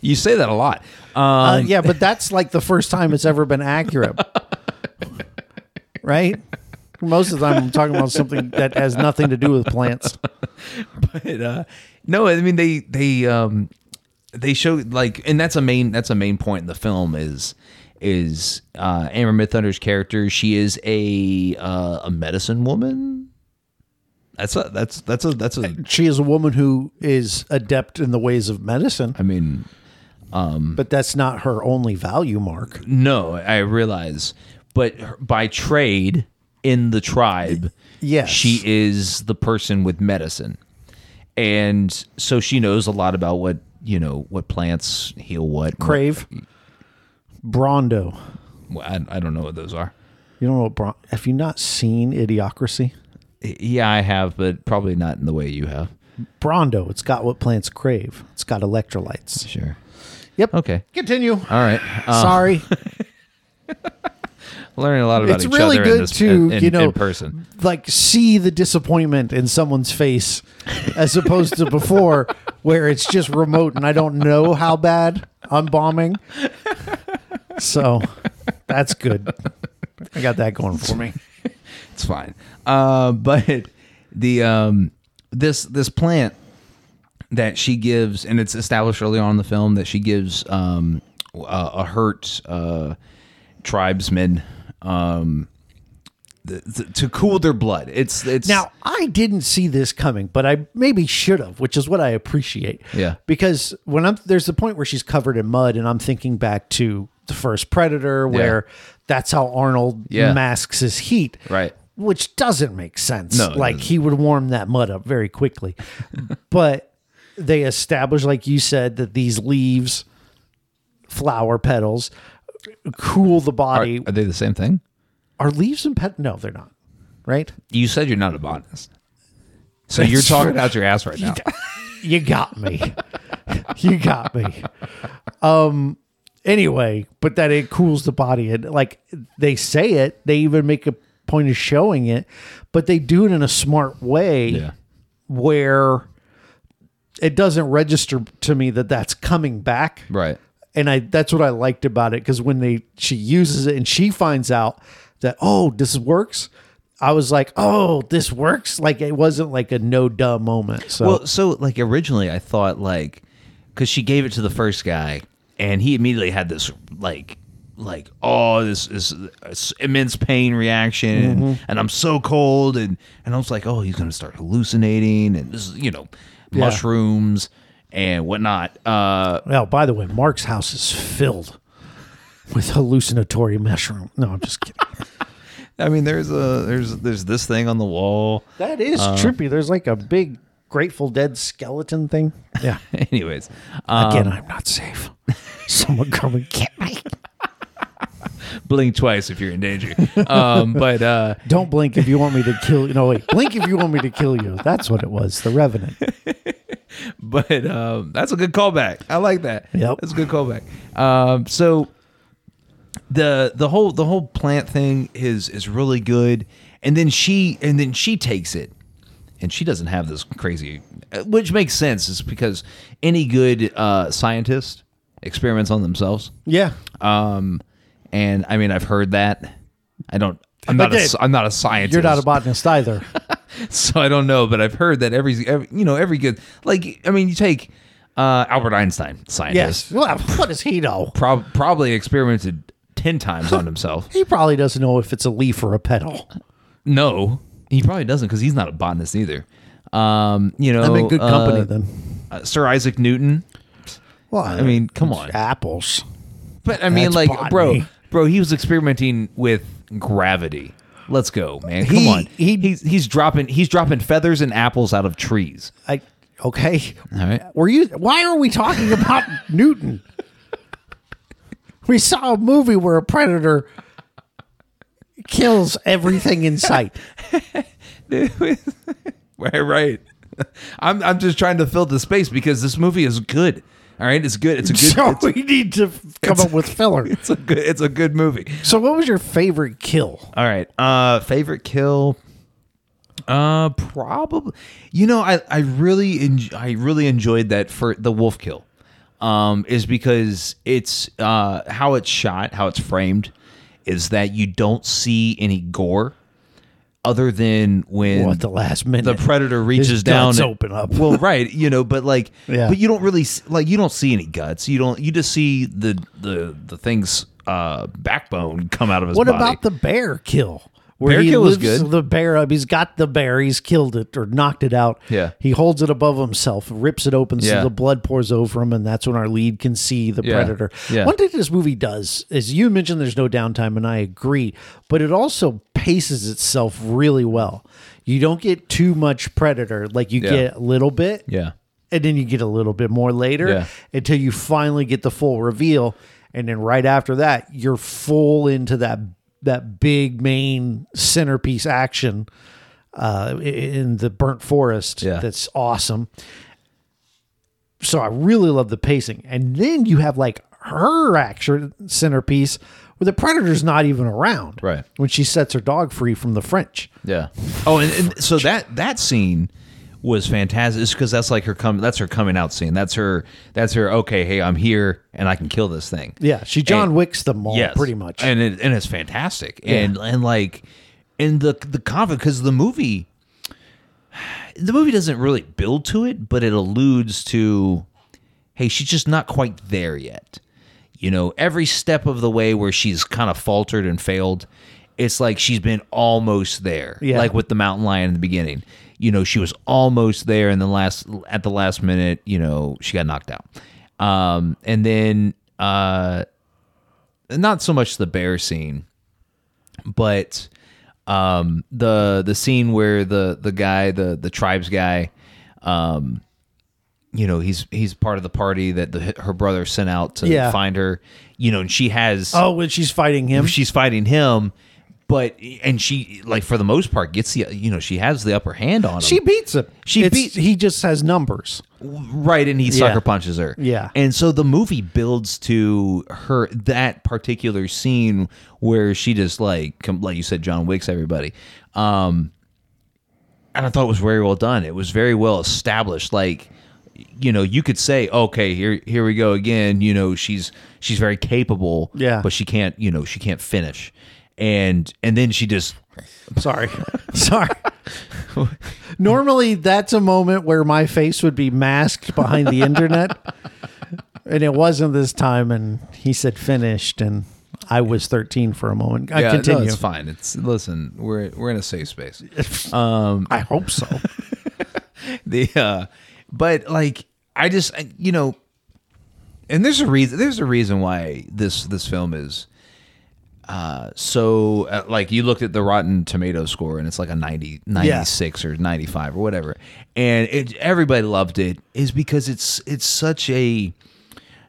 S2: you say that a lot um
S3: uh, yeah, but that's like the first time it's ever been accurate, right? Most of the time, I'm talking about something that has nothing to do with plants.
S2: but uh no i mean they they um they show like and that's a main that's a main point in the film is is uh amber midthunder's character she is a uh a medicine woman that's a that's that's a that's a
S3: She is a woman who is adept in the ways of medicine,
S2: i mean Hmm.
S3: but that's not her only value mark.
S2: No, I realize, but her- by trade in the tribe,
S3: Yes.
S2: she is the person with medicine, and so she knows a lot about what you know, what plants heal what.
S3: Crave, Brondo.
S2: Well, I, I don't know what those are.
S3: You don't know what Bron? Have you not seen Idiocracy?
S2: Y- Yeah, I have, but probably not in the way you have.
S3: Brondo. It's got what plants crave. It's got electrolytes.
S2: Sure.
S3: Yep.
S2: Okay.
S3: Continue.
S2: All right. Uh,
S3: Sorry.
S2: learning a lot about
S3: It's
S2: each
S3: really
S2: other
S3: good
S2: in this,
S3: to,
S2: in- in-
S3: you know,
S2: in person.
S3: like see the disappointment in someone's face as opposed to before where it's just remote and I don't know how bad I'm bombing. So that's good. I got that going for me.
S2: it's fine. Uh, but the um, this this plant that she gives, and it's established early on in the film that she gives um, a, a hurt uh, tribesman um, th- th- to cool their blood. It's it's
S3: Now, I didn't see this coming, but I maybe should have, which is what I appreciate.
S2: Yeah.
S3: Because when I'm there's the point where she's covered in mud, and I'm thinking back to the first Predator, where that's how Arnold
S2: Yeah.
S3: masks his heat.
S2: Right.
S3: Which doesn't make sense.
S2: No, it
S3: like
S2: doesn't.
S3: he would warm that mud up very quickly. but they establish, like you said, that these leaves, flower petals, cool the
S2: Are,
S3: body.
S2: are they the same thing?
S3: Are leaves and pet? No, they're not. Right?
S2: You said you're not a botanist, so you're talking out your ass right now.
S3: you got me. you got me. Um anyway, but that it cools the body and like they say it, they even make a point of showing it, but they do it in a smart way
S2: Yeah.
S3: where it doesn't register to me that that's coming back
S2: Right.
S3: and I that's what I liked about it because when they she uses it and she finds out that oh this works, I was like oh this works like it wasn't like a no duh moment. So
S2: Well, so like originally I thought like because she gave it to the first guy and he immediately had this like like oh this this, this immense pain reaction and, and I'm so cold and and I was like oh he's gonna start hallucinating and this is you know mushrooms and whatnot. Uh,
S3: well Oh, by the way, Mark's house is filled with hallucinatory mushroom. No, I'm just kidding.
S2: I mean there's a there's there's this thing on the wall. Uh,
S3: that is trippy. There's like a big Grateful Dead skeleton thing. Yeah.
S2: Anyways, uh, Um,
S3: Again, I'm not safe. Someone come and get me.
S2: blink twice if you're in danger. um, but uh,
S3: Don't blink if you want me to kill you. No, wait. Blink if you want me to kill you. That's what it was. The Revenant.
S2: but um, that's a good callback. I like that.
S3: Yep.
S2: that's a good callback. Um, so the the whole the whole plant thing is is really good, and then she and then she takes it, and she doesn't have this crazy, uh, which makes sense. Is because any good uh, scientist experiments on themselves.
S3: Yeah.
S2: Um, and I mean, I've heard that. I don't. I'm not.
S3: Again,
S2: A, I'm not a scientist.
S3: You're not a botanist either.
S2: so I don't know, but I've heard that every, every you know every good like I mean you take uh, Albert Einstein scientist
S3: Yes. Well, what does he know?
S2: prob- probably experimented ten times on himself.
S3: He probably doesn't know if it's a leaf or a petal.
S2: No, he probably doesn't because he's not a botanist either. Um, you know,
S3: I'm in good company
S2: uh,
S3: then.
S2: uh, Sir Isaac Newton.
S3: Well,
S2: I mean, come on.
S3: apples.
S2: But I mean,
S3: That's
S2: like, bro,
S3: botany.
S2: bro, he was experimenting with gravity. Let's go, man. Come
S3: He-
S2: on.
S3: he-
S2: he's he's dropping he's dropping feathers and apples out of trees.
S3: I okay.
S2: All right.
S3: Were you? Why are we talking about Newton? We saw a movie where a predator kills everything in sight.
S2: Right, right. I'm I'm just trying to fill the space because this movie is good. All right, it's good. It's a good.
S3: so
S2: it's,
S3: we need to come up with filler.
S2: it's a good. It's a good movie.
S3: So, what was your favorite kill?
S2: All right. Uh, favorite kill. Uh, probably. You know, I I really en- I really enjoyed that for the wolf kill. Um, is because it's uh how it's shot, how it's framed, is that you don't see any gore, other than when
S3: What the last minute?
S2: the predator reaches
S3: His
S2: down
S3: guts
S2: and-
S3: open up.
S2: well right you know but like
S3: Yeah.
S2: but you don't really s- like you don't see any guts you don't you just see the the the thing's uh backbone come out of his
S3: What
S2: body.
S3: about the bear kill? Where
S2: Bear
S3: he
S2: kill was
S3: lifts
S2: good.
S3: The bear up. He's got the bear. He's killed it or knocked it out.
S2: Yeah.
S3: He holds it above himself, rips it open
S2: Yeah.
S3: so the blood pours over him, and that's when our lead can see the
S2: Yeah.
S3: predator.
S2: Yeah.
S3: One thing this movie does is you mentioned there's no downtime, and I agree, but it also paces itself really well. You don't get too much predator. Like you
S2: Yeah.
S3: get a little bit,
S2: yeah
S3: and then you get a little bit more later
S2: Yeah.
S3: until you finally get the full reveal and then right after that you're full into that that big main centerpiece action uh, i- in the burnt forest
S2: Yeah.
S3: that's awesome so i really love the pacing and then you have like her action centerpiece where the predator's not even around
S2: Right.
S3: when she sets her dog free from the french
S2: yeah oh and, and so that that scene was fantastic because that's like her come that's her coming out scene that's her that's her okay hey i'm here and i can kill this thing
S3: yeah she john
S2: And-
S3: wicks them all
S2: Yes.
S3: pretty much
S2: and it, and it's fantastic and and like and the the conflict because the movie the movie doesn't really build to it but it alludes to hey she's just not quite there yet you know every step of the way where she's kind of faltered and failed it's like she's been almost there
S3: Yeah.
S2: like with the mountain lion in the beginning you know she was almost there and then last at the last minute you know she got knocked out um and then uh not so much the bear scene, but um, the the scene where the the guy, the the tribes guy, um, you know, he's he's part of the party that the, her brother sent out to
S3: Yeah.
S2: find her. You know, and she has
S3: oh when she's fighting him
S2: she's fighting him, but and she like for the most part gets the you know she has the upper hand on him.
S3: She beats him.
S2: She
S3: It's-
S2: beat-
S3: He just has numbers.
S2: right and he sucker punches her
S3: Yeah.
S2: and so the movie builds to her that particular scene where she just like com- like you said john wicks everybody um and i thought it was very well done it was very well established like you know you could say okay here here we go again you know she's she's very capable
S3: Yeah.
S2: but she can't you know she can't finish and and then she just
S3: Sorry, sorry. Normally, that's a moment where my face would be masked behind the internet, and it wasn't this time. And he said finished, and I was thirteen for a moment. I
S2: Yeah, no,
S3: continue.
S2: it's fine it's listen we're we're in a safe space
S3: I hope so.
S2: the uh but like i just I- you know and there's a reason there's a reason why this this film is Uh, so, uh, like, you looked at the Rotten Tomato score, and it's like a 90, 96 or 95 or whatever. And it, everybody loved it, is because it's it's such a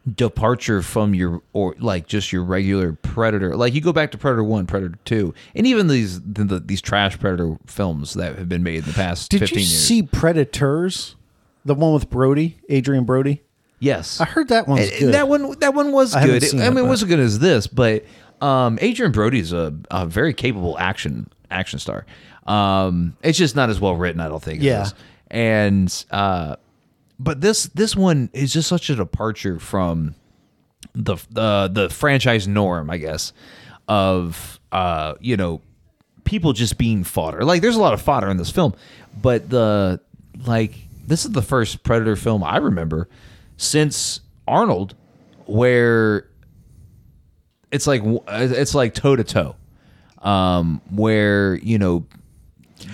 S2: departure from your or like just your regular predator like you go back to predator 1 predator 2 and even these the, the, these trash predator films that have been made in the past
S3: Did
S2: 15
S3: you
S2: years
S3: see Predators? The one with Brody, Adrian Brody.
S2: yes
S3: I heard that one's
S2: And- and
S3: good.
S2: That one, that one was
S3: I haven't
S2: good. It-
S3: seen
S2: I
S3: it,
S2: mean, it,
S3: but-
S2: wasn't good as this, but um, Adrian Brody's a, a very capable action action star. Um, it's just not as well written, I don't think. as
S3: Yeah.
S2: this. and uh, but this this one is just such a departure from the the the franchise norm, I guess, of uh, you know, people just being fodder. Like there's a lot of fodder in this film, but the like this is the first Predator film I remember since Arnold where it's like it's like toe to toe. Um, where you know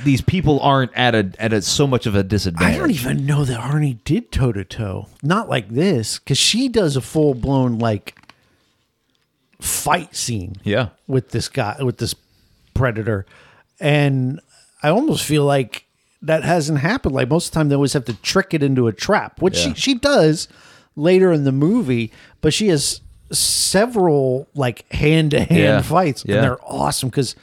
S2: these people aren't at a at a, so much of a disadvantage.
S3: I don't even know that Arnie did toe to toe. Not like this, because she does a full blown like fight scene.
S2: Yeah.
S3: with this guy, with this predator, and I almost feel like that hasn't happened. Like most of the time, they always have to trick it into a trap, which
S2: Yeah.
S3: she she does later in the movie. But she has several like hand to
S2: Yeah.
S3: hand fights,
S2: Yeah.
S3: and they're awesome because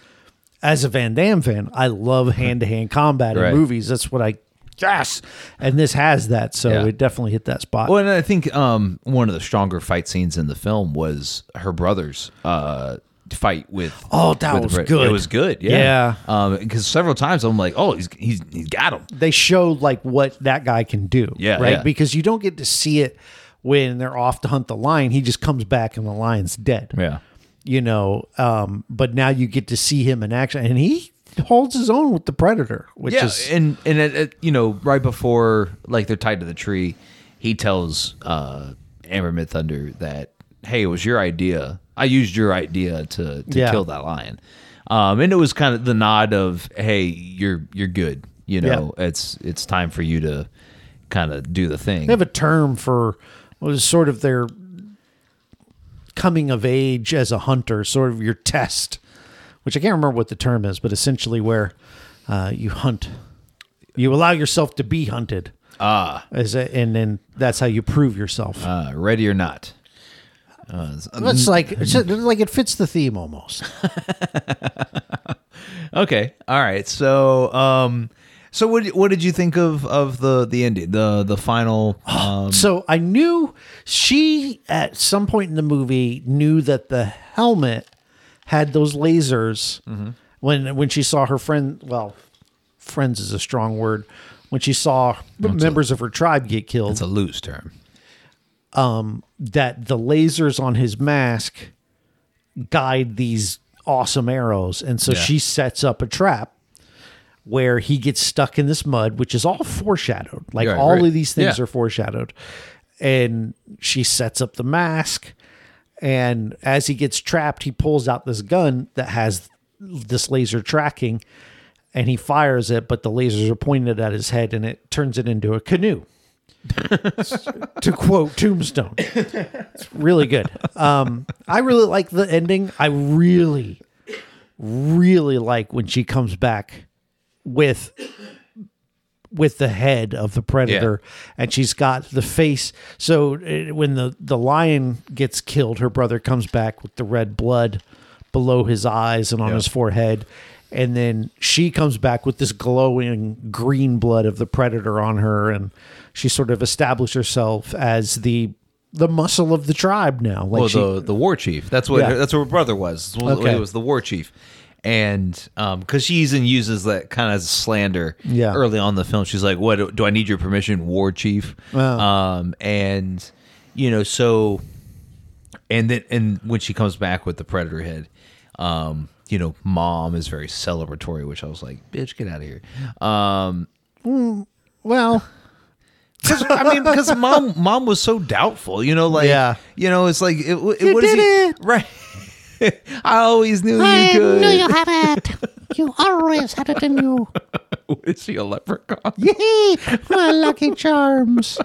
S3: as a Van Damme fan, I love hand to hand combat
S2: Right.
S3: in movies. That's what I yes, and this has that, so
S2: Yeah.
S3: it definitely hit that spot.
S2: Well, and I think um, one of the stronger fight scenes in the film was her brother's uh, fight with.
S3: Oh, that
S2: with
S3: was
S2: the Brit-
S3: good.
S2: It was good. Yeah. Yeah. Because several times I'm like, oh, he's he's, he's got him.
S3: they show like what that guy can do,
S2: Yeah,
S3: right?
S2: yeah.
S3: Because you don't get to see it when they're off to hunt the lion. He just comes back and the lion's dead.
S2: Yeah.
S3: you know. Um, but now you get to see him in action, and he holds his own with the predator, which
S2: Yeah.
S3: is
S2: and and it, it- you know right before like they're tied to the tree, he tells uh, Amber Mid Thunder that hey, it was your idea. I used your idea to to
S3: Yeah.
S2: kill that lion. Um, and it was kind of the nod of hey, you're you're good. You
S3: Yeah.
S2: know, it's it's time for you to kind of do the thing.
S3: they have a term for well, it's sort of their coming of age as a hunter, sort of your test, which I can't remember what the term is, but essentially where uh, you hunt, you allow yourself to be hunted. Ah, as a, and then that's how you prove yourself.
S2: uh, ready or not.
S3: it's like it's like it fits the theme almost.
S2: Okay, all right. So, um, so what what did you think of of the the ending, the the final? Um,
S3: So I knew she at some point in the movie knew that the helmet had those lasers when when she saw her friend well friends is a strong word when she saw members of her tribe get killed
S2: it's a loose term.
S3: that the lasers on his mask guide these awesome arrows and so
S2: Yeah.
S3: she sets up a trap where he gets stuck in this mud which is all foreshadowed like
S2: Right,
S3: all
S2: right.
S3: of these things
S2: Yeah.
S3: are foreshadowed and she sets up the mask and as he gets trapped he pulls out this gun that has this laser tracking and he fires it but the lasers are pointed at his head and it turns it into a canoe to quote Tombstone. It's really good. Um, I really like the ending. I really, really like when she comes back with with the head of the predator and she's got the face so uh, when the the lion gets killed her brother comes back with the red blood below his eyes and on his forehead and then she comes back with this glowing green blood of the predator on her and she sort of established herself as the the muscle of the tribe now like
S2: Well,
S3: she,
S2: the the war chief. That's what
S3: Yeah.
S2: that's what her brother was. It was,
S3: Okay.
S2: it was the war chief, and because she even uses that kind of slander
S3: Yeah.
S2: early on in the film, she's like, "What do I need your permission, war chief?"
S3: Wow.
S2: Um, and you know, so and then and when she comes back with the predator head, um, you know, mom is very celebratory, which I was like, "Bitch, get out of here." Um,
S3: well
S2: Cause, I mean, because mom, mom was so doubtful, you know, like,
S3: Yeah.
S2: you know, it's like, it, it,
S3: You
S2: what is
S3: did
S2: he-
S3: it.
S2: right? I always knew you could.
S4: had it. You always had it in you.
S2: is she a leprechaun?
S3: yay my lucky charms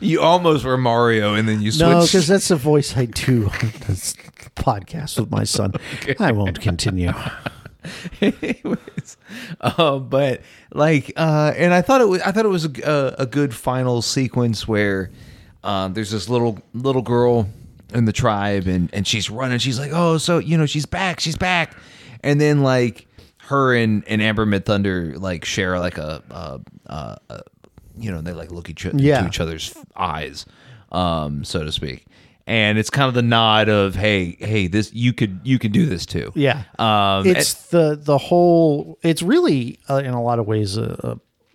S2: You almost were Mario, and then you
S3: no
S2: switched.
S3: because that's the voice i do That's- podcast with my son. I won't continue.
S2: Anyways, uh, but like, uh, and I thought it was, I thought it was a, a good final sequence where uh, there's this little little girl in the tribe, and and she's running. She's like, oh, so you know, she's back, she's back, and then like her and and Amber Mid Thunder like share like a, a, a, a you know they like look each into
S3: Yeah.
S2: each other's eyes, um, so to speak. And it's kind of the nod of hey, hey, this you could you can do this too.
S3: Yeah,
S2: um,
S3: it's the the whole. It's really uh, in a lot of ways uh, uh,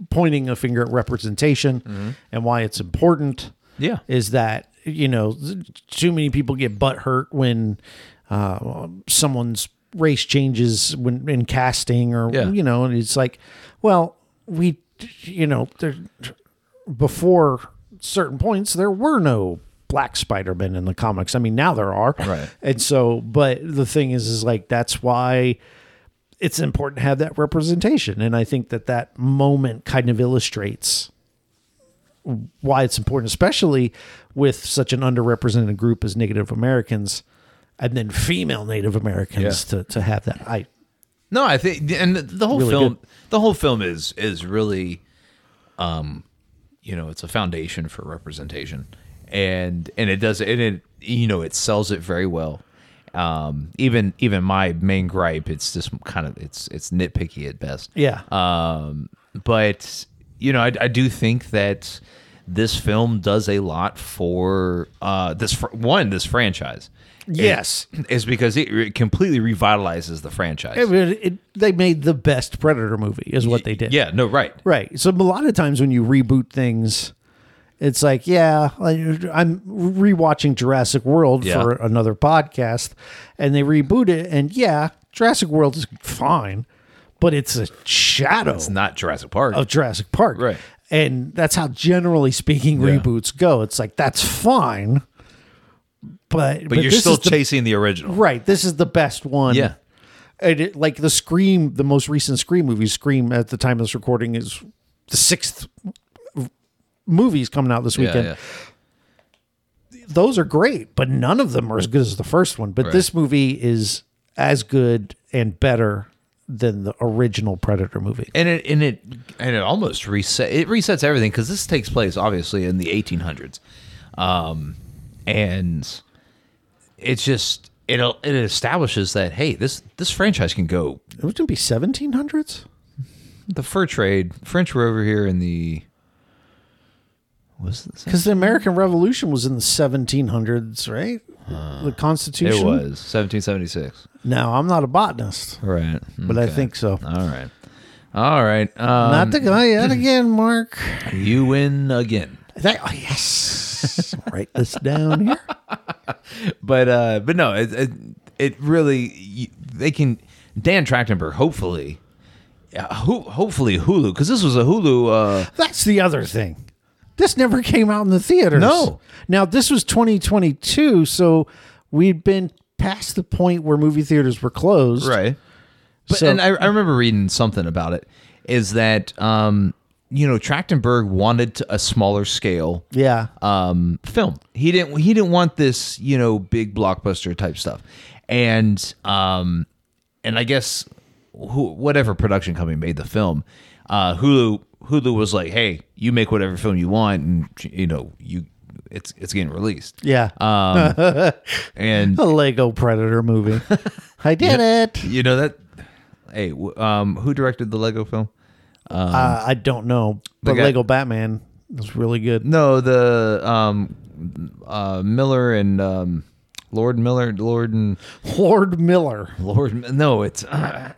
S3: pointing a finger at representation and why it's important.
S2: Yeah.
S3: is that you know th- too many people get butt hurt when uh, someone's race changes when in casting or
S2: Yeah.
S3: you know, and it's like, well, we, you know, there before certain points there were no black spider-man in the comics i mean now there are
S2: Right.
S3: and so but the thing is is like that's why it's important to have that representation and i think that that moment kind of illustrates why it's important especially with such an underrepresented group as native americans and then female native americans to, to have that i
S2: No, I think, and the- the whole
S3: Really
S2: film,
S3: good.
S2: the whole film is is really, um, you know, it's a foundation for representation, and and it does and it you know it sells it very well. Um, even even my main gripe, it's just kind of it's it's nitpicky at best.
S3: yeah
S2: Um, but you know, I, I do think that this film does a lot for uh this fr- one this franchise.
S3: Yes.
S2: It- is because it re- completely revitalizes the franchise.
S3: I mean, it- they made the best predator movie is what they did
S2: Yeah, no, right.
S3: Right. So a lot of times when you reboot things, it's like, yeah, like, I'm rewatching Jurassic World
S2: Yeah.
S3: for another podcast, and they reboot it, and yeah, Jurassic World is fine, but it's a shadow
S2: It's not Jurassic Park.
S3: of Jurassic Park.
S2: Right.
S3: And that's how generally speaking
S2: Yeah.
S3: reboots go. It's like that's fine, but
S2: but, you're still
S3: chasing.
S2: chasing the original.
S3: Right. This is the best one.
S2: Yeah.
S3: And it, like the Scream, the most recent Scream movie, Scream at the time of this recording is the sixth movie is coming out this
S2: Yeah,
S3: weekend.
S2: yeah.
S3: Those are great, but none of them are as good as the first one. But
S2: Right.
S3: this movie is as good and better than the original Predator movie.
S2: And it and it and it almost reset. It resets everything because this takes place obviously in the 1800s, um, and it's just it it establishes that hey this this franchise can go.
S3: It was going to be 1700s?
S2: The fur trade French were over here in the was this
S3: Because the American Revolution was in the 1700s, right? the Constitution?
S2: it was 1776
S3: Now, I'm not a botanist,
S2: right Mm,
S3: but I think so.
S2: all right all right Uh, um,
S3: not the guy yet again, Mark.
S2: you win again.
S3: That, oh, yes. Write this down here.
S2: but uh but no it it, it really you- they can dan trachtenberg hopefully uh, ho- hopefully hulu because this was a hulu uh
S3: That's the other thing. This never came out in the theaters.
S2: No.
S3: Now, this was 2022, so we'd been past the point where movie theaters were closed.
S2: but
S3: So-
S2: and I, I remember reading something about it is that um you know trachtenberg wanted to- a smaller scale
S3: Yeah.
S2: um, film. He didn't he didn't want this you know big blockbuster type stuff, and um, and I guess who, whatever production company made the film, uh, Hulu Hulu was like, hey, you make whatever film you want, and you know you it's it's getting released, Um,
S3: yeah.
S2: and
S3: a Lego Predator movie. I did it.
S2: you know that. Hey, w- um, who directed the Lego film?
S3: uh, I don't know, but
S2: guy-
S3: Lego Batman was really good.
S2: No, the um, uh, Miller and um, Lord Miller, Lord and
S3: Lord Miller.
S2: Lord. No, it's I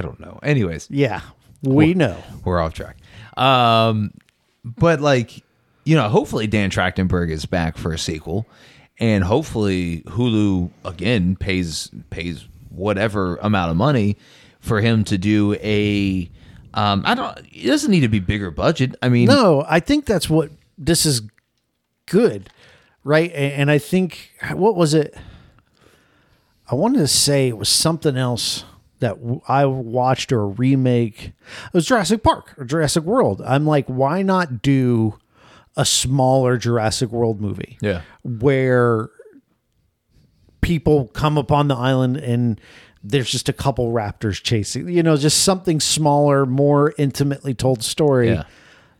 S2: don't know. Anyways,
S3: Yeah. We know.
S2: we're off track. Um, but like, you know, hopefully Dan Trachtenberg is back for a sequel, and hopefully Hulu again pays pays whatever amount of money for him to do a. Um, I don't. It doesn't need to be bigger budget. I mean,
S3: No, I think that's what this is good, right? A- And I think what was it? I wanted to say it was something else that w- I watched or a remake. It was Jurassic Park or Jurassic World. I'm like, why not do a smaller Jurassic World movie?
S2: Yeah.
S3: where people come upon the island and there's just a couple raptors chasing, you know, just something smaller, more intimately told story
S2: Yeah.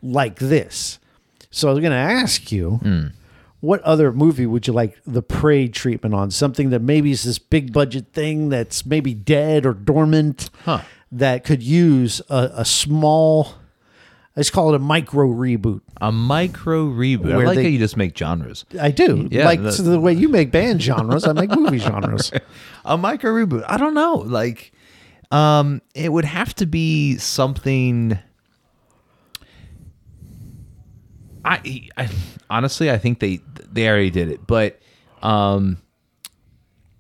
S3: like this. So I was going to ask you,
S2: Hmm.
S3: what other movie would you like the prey treatment on? Something that maybe is this big budget thing that's maybe dead or dormant that could use a, a small, let's call it a micro reboot.
S2: A micro reboot. I
S3: Where
S2: like
S3: they-
S2: how you just make genres.
S3: I do.
S2: Yeah,
S3: like
S2: the-
S3: so the way you make band genres, I make movie genres.
S2: A micro reboot. I don't know. Like, um, it would have to be something. I, I honestly, I think they they already did it, but um,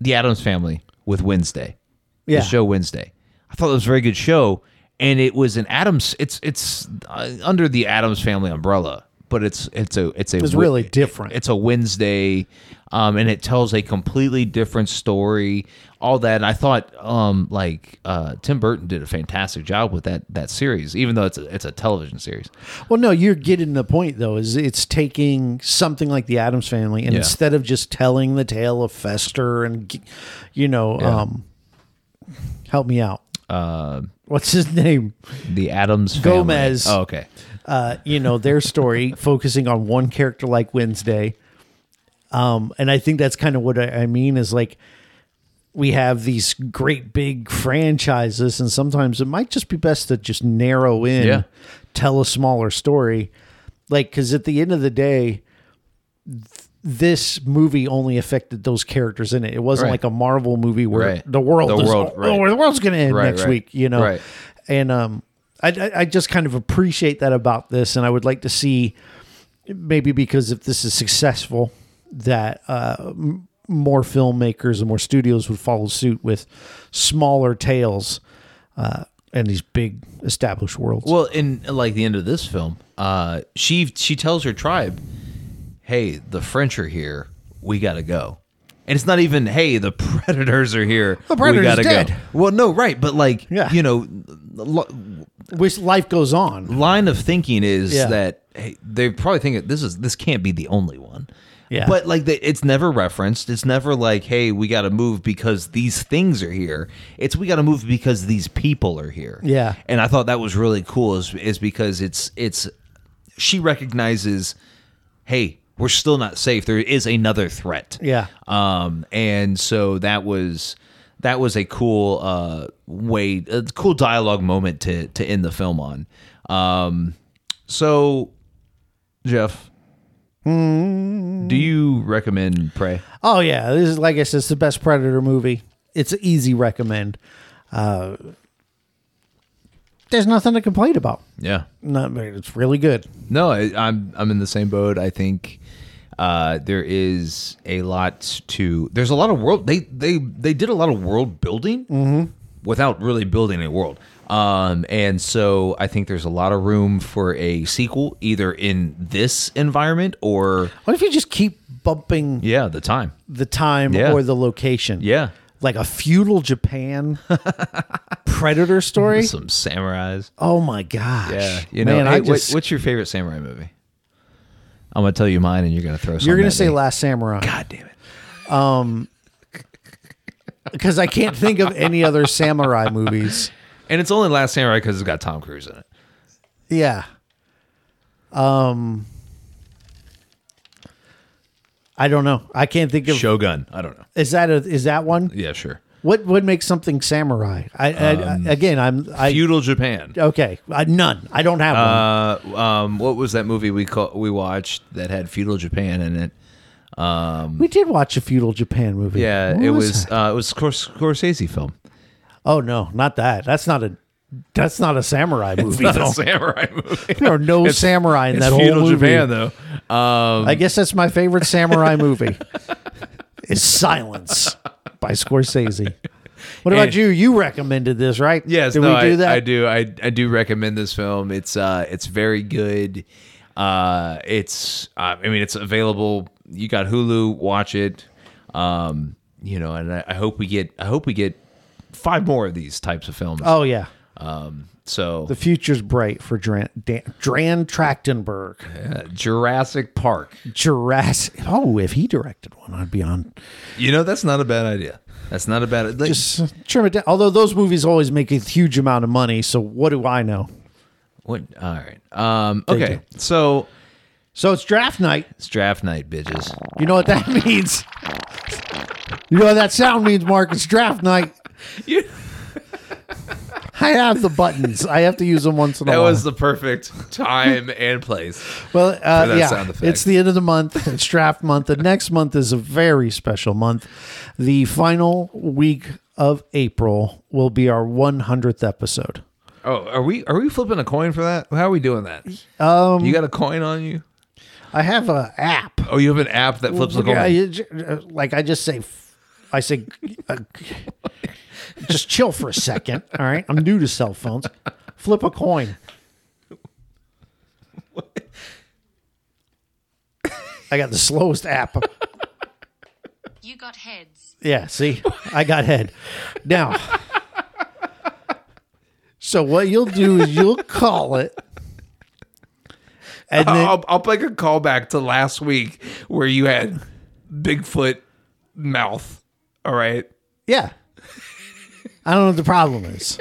S2: the Adams Family with Wednesday,
S3: Yeah.
S2: the show Wednesday. I thought it was a very good show, and it was an Adams. It's it's uh, under the Adams Family umbrella, but it's it's a it's a
S3: was
S2: Wed-
S3: really different.
S2: It's a Wednesday, um, and it tells a completely different story. All that, and I thought, um, like uh, Tim Burton did a fantastic job with that that series, even though it's a, it's a television series.
S3: Well, no, you're getting the point though. Is it's taking something like the Adams Family, and
S2: Yeah.
S3: instead of just telling the tale of Fester and, g- you know, um, help me out. Uh, What's his name?
S2: The Adams Family.
S3: Gomez.
S2: Oh, okay.
S3: Uh, you know their story, focusing on one character like Wednesday. Um, and I think that's kind of what I, I mean is like we have these great big franchises, and sometimes it might just be best to just narrow in,
S2: Yeah.
S3: tell a smaller story. Like, because at the end of the day, th- this movie only affected those characters in it. It wasn't
S2: Right.
S3: like a Marvel movie where
S2: Right.
S3: the world,
S2: The
S3: is,
S2: world,
S3: oh,
S2: right.
S3: the world's going to end
S2: Right,
S3: next
S2: right.
S3: week, you know?
S2: Right.
S3: And um, I, I, I just kind of appreciate that about this. And I would like to see maybe because if this is successful, that uh, m- more filmmakers and more studios would follow suit with smaller tales uh, and these big established worlds.
S2: Well, in like the end of this film, uh, she she tells her tribe, "Hey, the French are here. We gotta go." And it's not even, "Hey, the predators are here.
S3: The Predator's
S2: we gotta
S3: dead."
S2: go." Well, no, right, but like,
S3: Yeah.
S2: you know, lo-
S3: Which life goes on.
S2: line of thinking is
S3: Yeah.
S2: that hey, they probably think this is this can't be the only one.
S3: Yeah.
S2: But like they, it's never referenced. It's never like, hey, we got to move because these things are here. It's we got to move because these people are here.
S3: Yeah.
S2: And I thought that was really cool is is because it's it's she recognizes, hey, we're still not safe. There is another threat
S3: Yeah.
S2: um and so that was that was a cool uh way a cool dialogue moment to to end the film on um so jeff do you recommend prey
S3: Oh yeah, this is like I said, it's the best Predator movie. It's an easy recommend. Uh, there's nothing to complain about.
S2: yeah
S3: Not, it's really good.
S2: no I, i'm i'm in the same boat i think uh, there is a lot to there's a lot of world they they they did a lot of world building
S3: Mm-hmm.
S2: without really building a world um, and so i think there's a lot of room for a sequel either in this environment or
S3: What if you just keep bumping
S2: yeah the time
S3: the time
S2: Yeah.
S3: or the location?
S2: yeah
S3: like a feudal Japan predator story.
S2: some samurais
S3: Oh my gosh!
S2: yeah you know
S3: Man,
S2: hey,
S3: I
S2: what-
S3: just,
S2: what's your favorite samurai movie i'm gonna tell you mine and you're gonna throw
S3: you're
S2: something
S3: gonna
S2: at
S3: say
S2: me.
S3: Last Samurai
S2: god damn it
S3: because I can't think of any other samurai movies.
S2: and it's only last samurai because it's got tom cruise in it
S3: Yeah. Um. I don't know. I can't think of.
S2: shogun i don't know
S3: Is that a, is that one?
S2: yeah sure
S3: What would make something samurai? I,
S2: Um,
S3: I again, I'm I
S2: feudal japan
S3: okay. I, none. I don't have one.
S2: Uh, um, what was that movie we call, we watched that had feudal Japan in it?
S3: We did watch a feudal Japan movie.
S2: Yeah,
S3: What
S2: it was
S3: that?
S2: uh, it was Scor- Scorsese film.
S3: Oh no, not that. That's not a that's not a samurai movie
S2: Not
S3: though.
S2: a samurai movie.
S3: there are no samurai in
S2: It's
S3: that whole
S2: feudal
S3: movie.
S2: Japan though. Um,
S3: I guess that's my favorite samurai movie. is Silence by Scorsese. What about
S2: And-
S3: you? You recommended this, right?
S2: yes,
S3: Did
S2: no,
S3: we do
S2: I,
S3: that?
S2: I do. I I do recommend this film. It's uh it's very good. Uh, it's uh, I mean it's available. You got Hulu. Watch it. Um, you know, and I, I hope we get I hope we get five more of these types of films.
S3: Oh yeah.
S2: So
S3: The future's bright for Dran, Dan, Dran Trachtenberg.
S2: uh, Jurassic Park.
S3: Jurassic. Oh, if he directed one, I'd be on.
S2: You know, that's not a bad idea. That's not a bad like,
S3: Just trim it down. Although those movies always make a huge amount of money, so what do I know?
S2: what all right. Um okay. So
S3: So it's draft night.
S2: it's draft night, bitches.
S3: You know what that means? You know what that sound means, Mark? It's draft night.
S2: You-
S3: I have the buttons. I have to use them once in a
S2: That
S3: while.
S2: was the perfect time and place.
S3: well, uh,
S2: that
S3: yeah,
S2: sound effect.
S3: it's the end of the month. It's draft month. The next month is a very special month. The final week of April will be our 100th episode.
S2: Oh, are we are we flipping a coin for that? How are we doing that? Um, you got a coin on you?
S3: I have an app.
S2: Oh, you have an app that flips a coin.
S3: Yeah, you j- uh, like I just say, f- I say, uh, just chill for a second. All right, I'm new to cell phones. Flip a coin. I got the slowest app.
S5: You got heads.
S3: Yeah, see, I got head. Now, so what you'll do is you'll call it, and then
S2: I'll, I'll make a callback to last week where you had Bigfoot mouth. All right.
S3: yeah, I don't know what the problem is.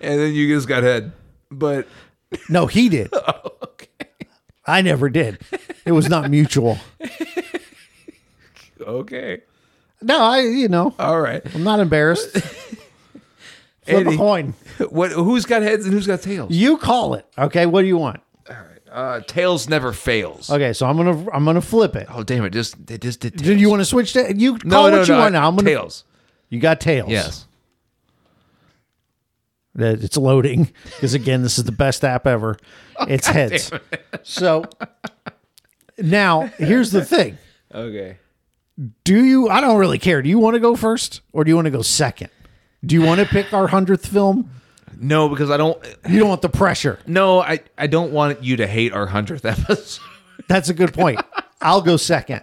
S2: And then you just got head. But
S3: No, he did. I never did. It was not mutual.
S2: okay.
S3: No, I, you know,
S2: All right.
S3: I'm not embarrassed. Flip
S2: Eddie.
S3: a coin.
S2: What who's got heads and who's got tails?
S3: You call it. Okay, what do you want?
S2: Uh, tails never fails.
S3: Okay, so I'm gonna I'm gonna flip it.
S2: Oh damn it, just they just did
S3: Do you want to switch to you call
S2: no,
S3: what
S2: no,
S3: you
S2: no,
S3: want now? I'm gonna
S2: tails.
S3: You got tails.
S2: Yes.
S3: That- It's loading. Because again, this is the best app ever.
S2: Oh,
S3: It's heads. so now here's the thing.
S2: Okay.
S3: Do you I don't really care. Do you want to go first or do you want to go second? Do you want to pick our hundredth film?
S2: No, because I don't
S3: You don't want the pressure.
S2: no, I, I don't want you to hate our hundredth episode.
S3: That's a good point. I'll go second.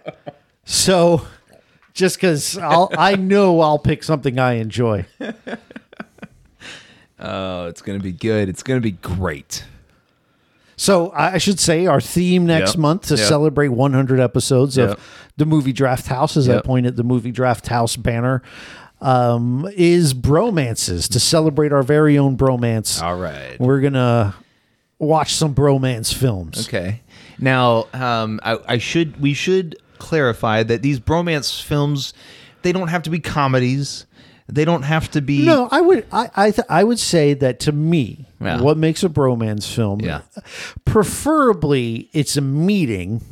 S3: So just because I'll I know I'll pick something I enjoy.
S2: Oh, it's gonna be good. It's gonna be great.
S3: So I I should say our theme next
S2: Yep.
S3: month to
S2: Yep.
S3: celebrate 100 episodes
S2: Yep.
S3: of the movie Draft House, as I
S2: Yep.
S3: point at the movie Draft House banner, um, is bromances to celebrate our very own bromance.
S2: All right.
S3: We're gonna watch some bromance films.
S2: Okay. Now, um, I, I should we should clarify that these bromance films, they don't have to be comedies. They don't have to be.
S3: No, I would I I, th- I would say that to me,
S2: Yeah.
S3: what makes a bromance film,
S2: Yeah.
S3: preferably it's a meeting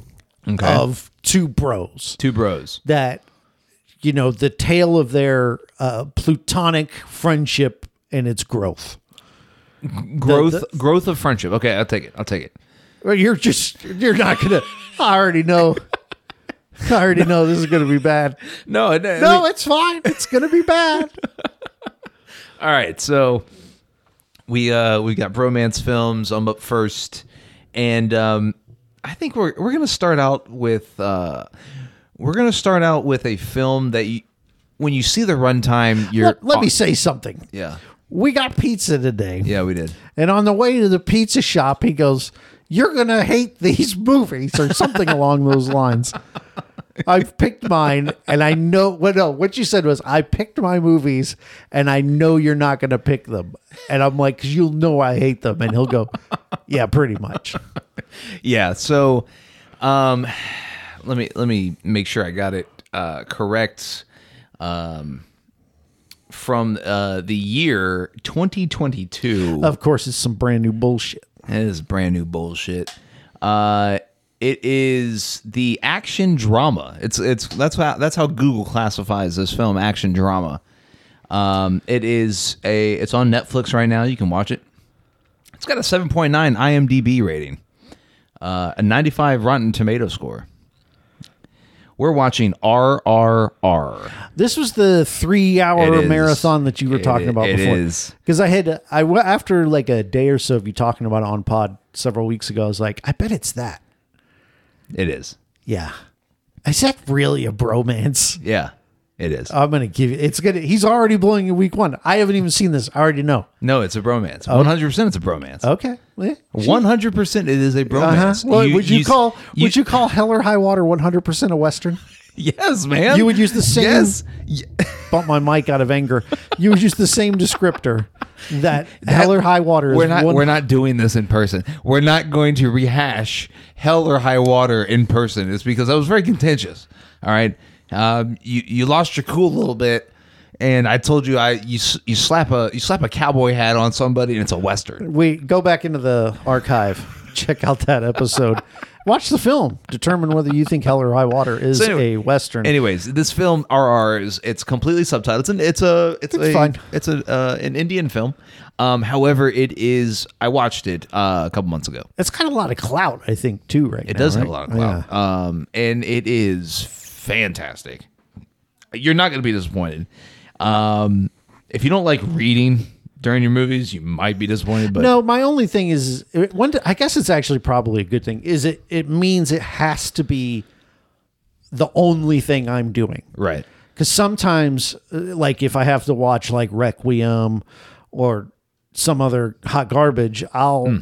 S2: Okay.
S3: of two bros
S2: two bros.
S3: that you know the tale of their uh, plutonic friendship and its growth.
S2: Growth growth of friendship. Okay, I'll take it. I'll take it.
S3: Well, You're just you're not gonna. I already know. I already know this is gonna be bad.
S2: No, I- I mean-
S3: No, it's fine. It's gonna be bad.
S2: All right, so we uh we got bromance films. I'm up first, and um, I think we're we're gonna start out with uh, we're gonna start out with a film that you, when you see the runtime, you're
S3: Let, let me say something.
S2: yeah
S3: We got pizza today.
S2: yeah we did.
S3: And on the way to the pizza shop, he goes, You're going to hate these movies or something along those lines. I've picked mine and I know what no, what you said was I picked my movies and I know you're not going to pick them. And I'm like, cuz you'll know I hate them and he'll go, yeah, pretty much.
S2: yeah so um let me let me make sure i got it uh correct um from uh the year 2022
S3: Of course it's some brand new bullshit.
S2: that is brand new bullshit uh it is the action drama it's it's that's how that's how google classifies this film action drama um it is a it's on netflix right now you can watch it it's got a 7.9 imdb rating uh, a 95 rotten tomato score we're watching rrr
S3: This was the three
S2: It
S3: hour
S2: is.
S3: marathon that you were
S2: It
S3: talking
S2: i-
S3: about
S2: it
S3: before.
S2: is.
S3: Because I had, I w- after like a day or so of you talking about it on pod several weeks ago, I was like, I bet it's that.
S2: it is
S3: Yeah. Is that really a bromance?
S2: yeah It is.
S3: I'm gonna give you. It's gonna. He's already blowing you week one. I haven't even seen this. I already know.
S2: no, it's a bromance. One hundred percent, it's a bromance.
S3: Okay. Yeah.
S2: One hundred percent, it is a
S3: Uh-huh.
S2: bromance.
S3: Well, would you,
S2: s-
S3: call would you call Hell or High Water 100 percent a western?
S2: Yes, man.
S3: You would use the same-
S2: Yes. Y-
S3: Bump my mic out of anger. You would use the same descriptor that, Hell or High Water is.
S2: We're not.
S3: one-
S2: We're not doing this in person. We're not going to rehash hell or high water in person. It's because I was very contentious. All right, um, you you lost your cool a little bit, and I told you I you s- you slap a you slap a cowboy hat on somebody and it's a western.
S3: We go back into the archive. Check out that episode. Watch the film. Determine whether you think Hell or High Water is
S2: So anyway-
S3: a western.
S2: Anyways, this film RR is it's completely subtitled. It's an it's a it's,
S3: It's
S2: a
S3: fine.
S2: it's a uh, an Indian film. Um, however, it is I watched it uh, a couple months ago.
S3: it's got a lot of clout, I think, too. Right?
S2: It does have a lot of clout. Um, and it is fantastic. You're not going to be disappointed. Um, if you don't like reading during your movies, you might be disappointed. But
S3: No, my only thing is it- one. I guess it's actually probably a good thing. Is it? It means it has to be the only thing I'm doing.
S2: right,
S3: because sometimes uh, like if i have to watch like requiem or some other hot garbage i'll
S2: Hmm.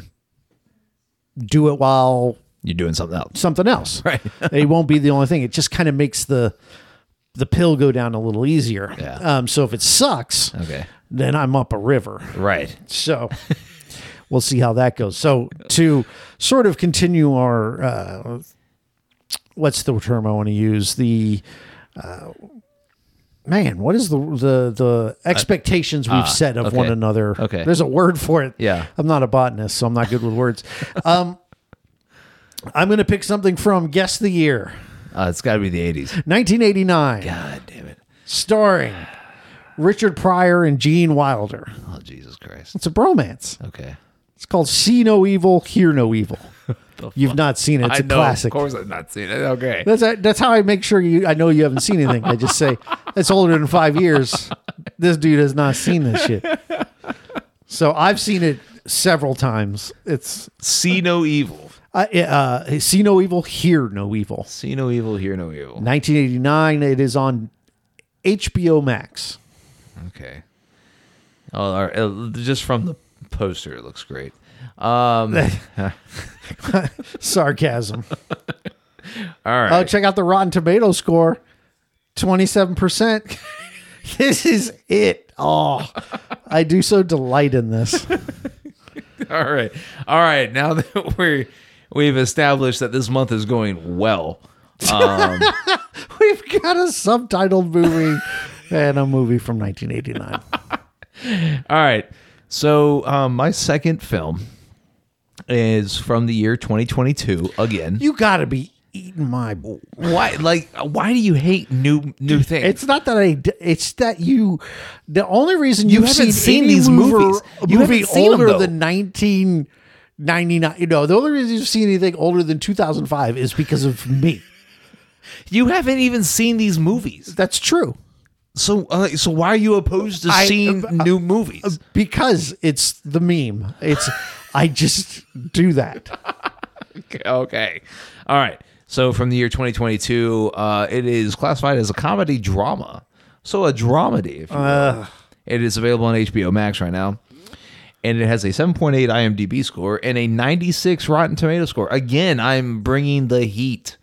S3: do it while
S2: you're doing something else.
S3: something else right it won't be the only thing it just kind of makes the the pill go down a little easier
S2: Yeah.
S3: um, so if it sucks
S2: Okay,
S3: then i'm up a river
S2: right.
S3: so we'll see how that goes. So to sort of continue our uh, what's the term I want to use the uh, man what is the the the expectations we've set of
S2: Uh, ah, okay.
S3: one another.
S2: Okay.
S3: there's a word for it.
S2: Yeah.
S3: I'm not a botanist, so I'm not good with words. Um, I'm going to pick something from guess the year
S2: Uh, it's got to be the '80s.
S3: 1989,
S2: God damn it!
S3: starring Richard Pryor and Gene Wilder.
S2: Oh Jesus Christ.
S3: It's a bromance.
S2: Okay.
S3: It's called See No Evil, Hear No Evil. You've not seen it. It's a
S2: I know.
S3: classic.
S2: Of course, I've not seen it. Okay.
S3: That's uh, that's how I make sure you. I know you haven't seen anything. I just say it's older than five years. This dude has not seen this shit. So I've seen it several times. It's
S2: See no evil.
S3: uh, uh, see no evil, hear no evil.
S2: See no evil. Hear no evil.
S3: 1989. It is on HBO Max.
S2: Okay. Oh, all right. Uh, Just from the poster, it looks great. Um, all
S3: Sarcasm.
S2: right.
S3: Oh, check out the Rotten Tomato score 27%. this is it. Oh, I do so delight in this.
S2: All right. All right. Now that we're we've established that this month is going well.
S3: We've got a subtitled movie and a movie from 1989.
S2: All right. So um, my second film is from the year 2022 again.
S3: You got to be eating my.
S2: why like why do you hate new new things?
S3: It's not that I. d- It's that you. The only reason
S2: You
S3: you've
S2: haven't seen
S3: any
S2: these
S3: movie-
S2: movies. You
S3: movie
S2: haven't seen them,
S3: older
S2: though.
S3: than 1999. You know, the only reason you've seen anything older than 2005 is because of me.
S2: you haven't even seen these movies.
S3: That's true.
S2: So uh, so why are you opposed to
S3: I-
S2: seeing
S3: uh,
S2: new movies?
S3: because it's the meme. It's I just do that.
S2: okay. All right. So from the year 2022, uh, it is classified as a comedy drama. So a dramedy, if you will. It is available on HBO Max right now. And it has a 7.8 IMDb score and a 96 Rotten Tomato score. Again, I'm bringing the heat.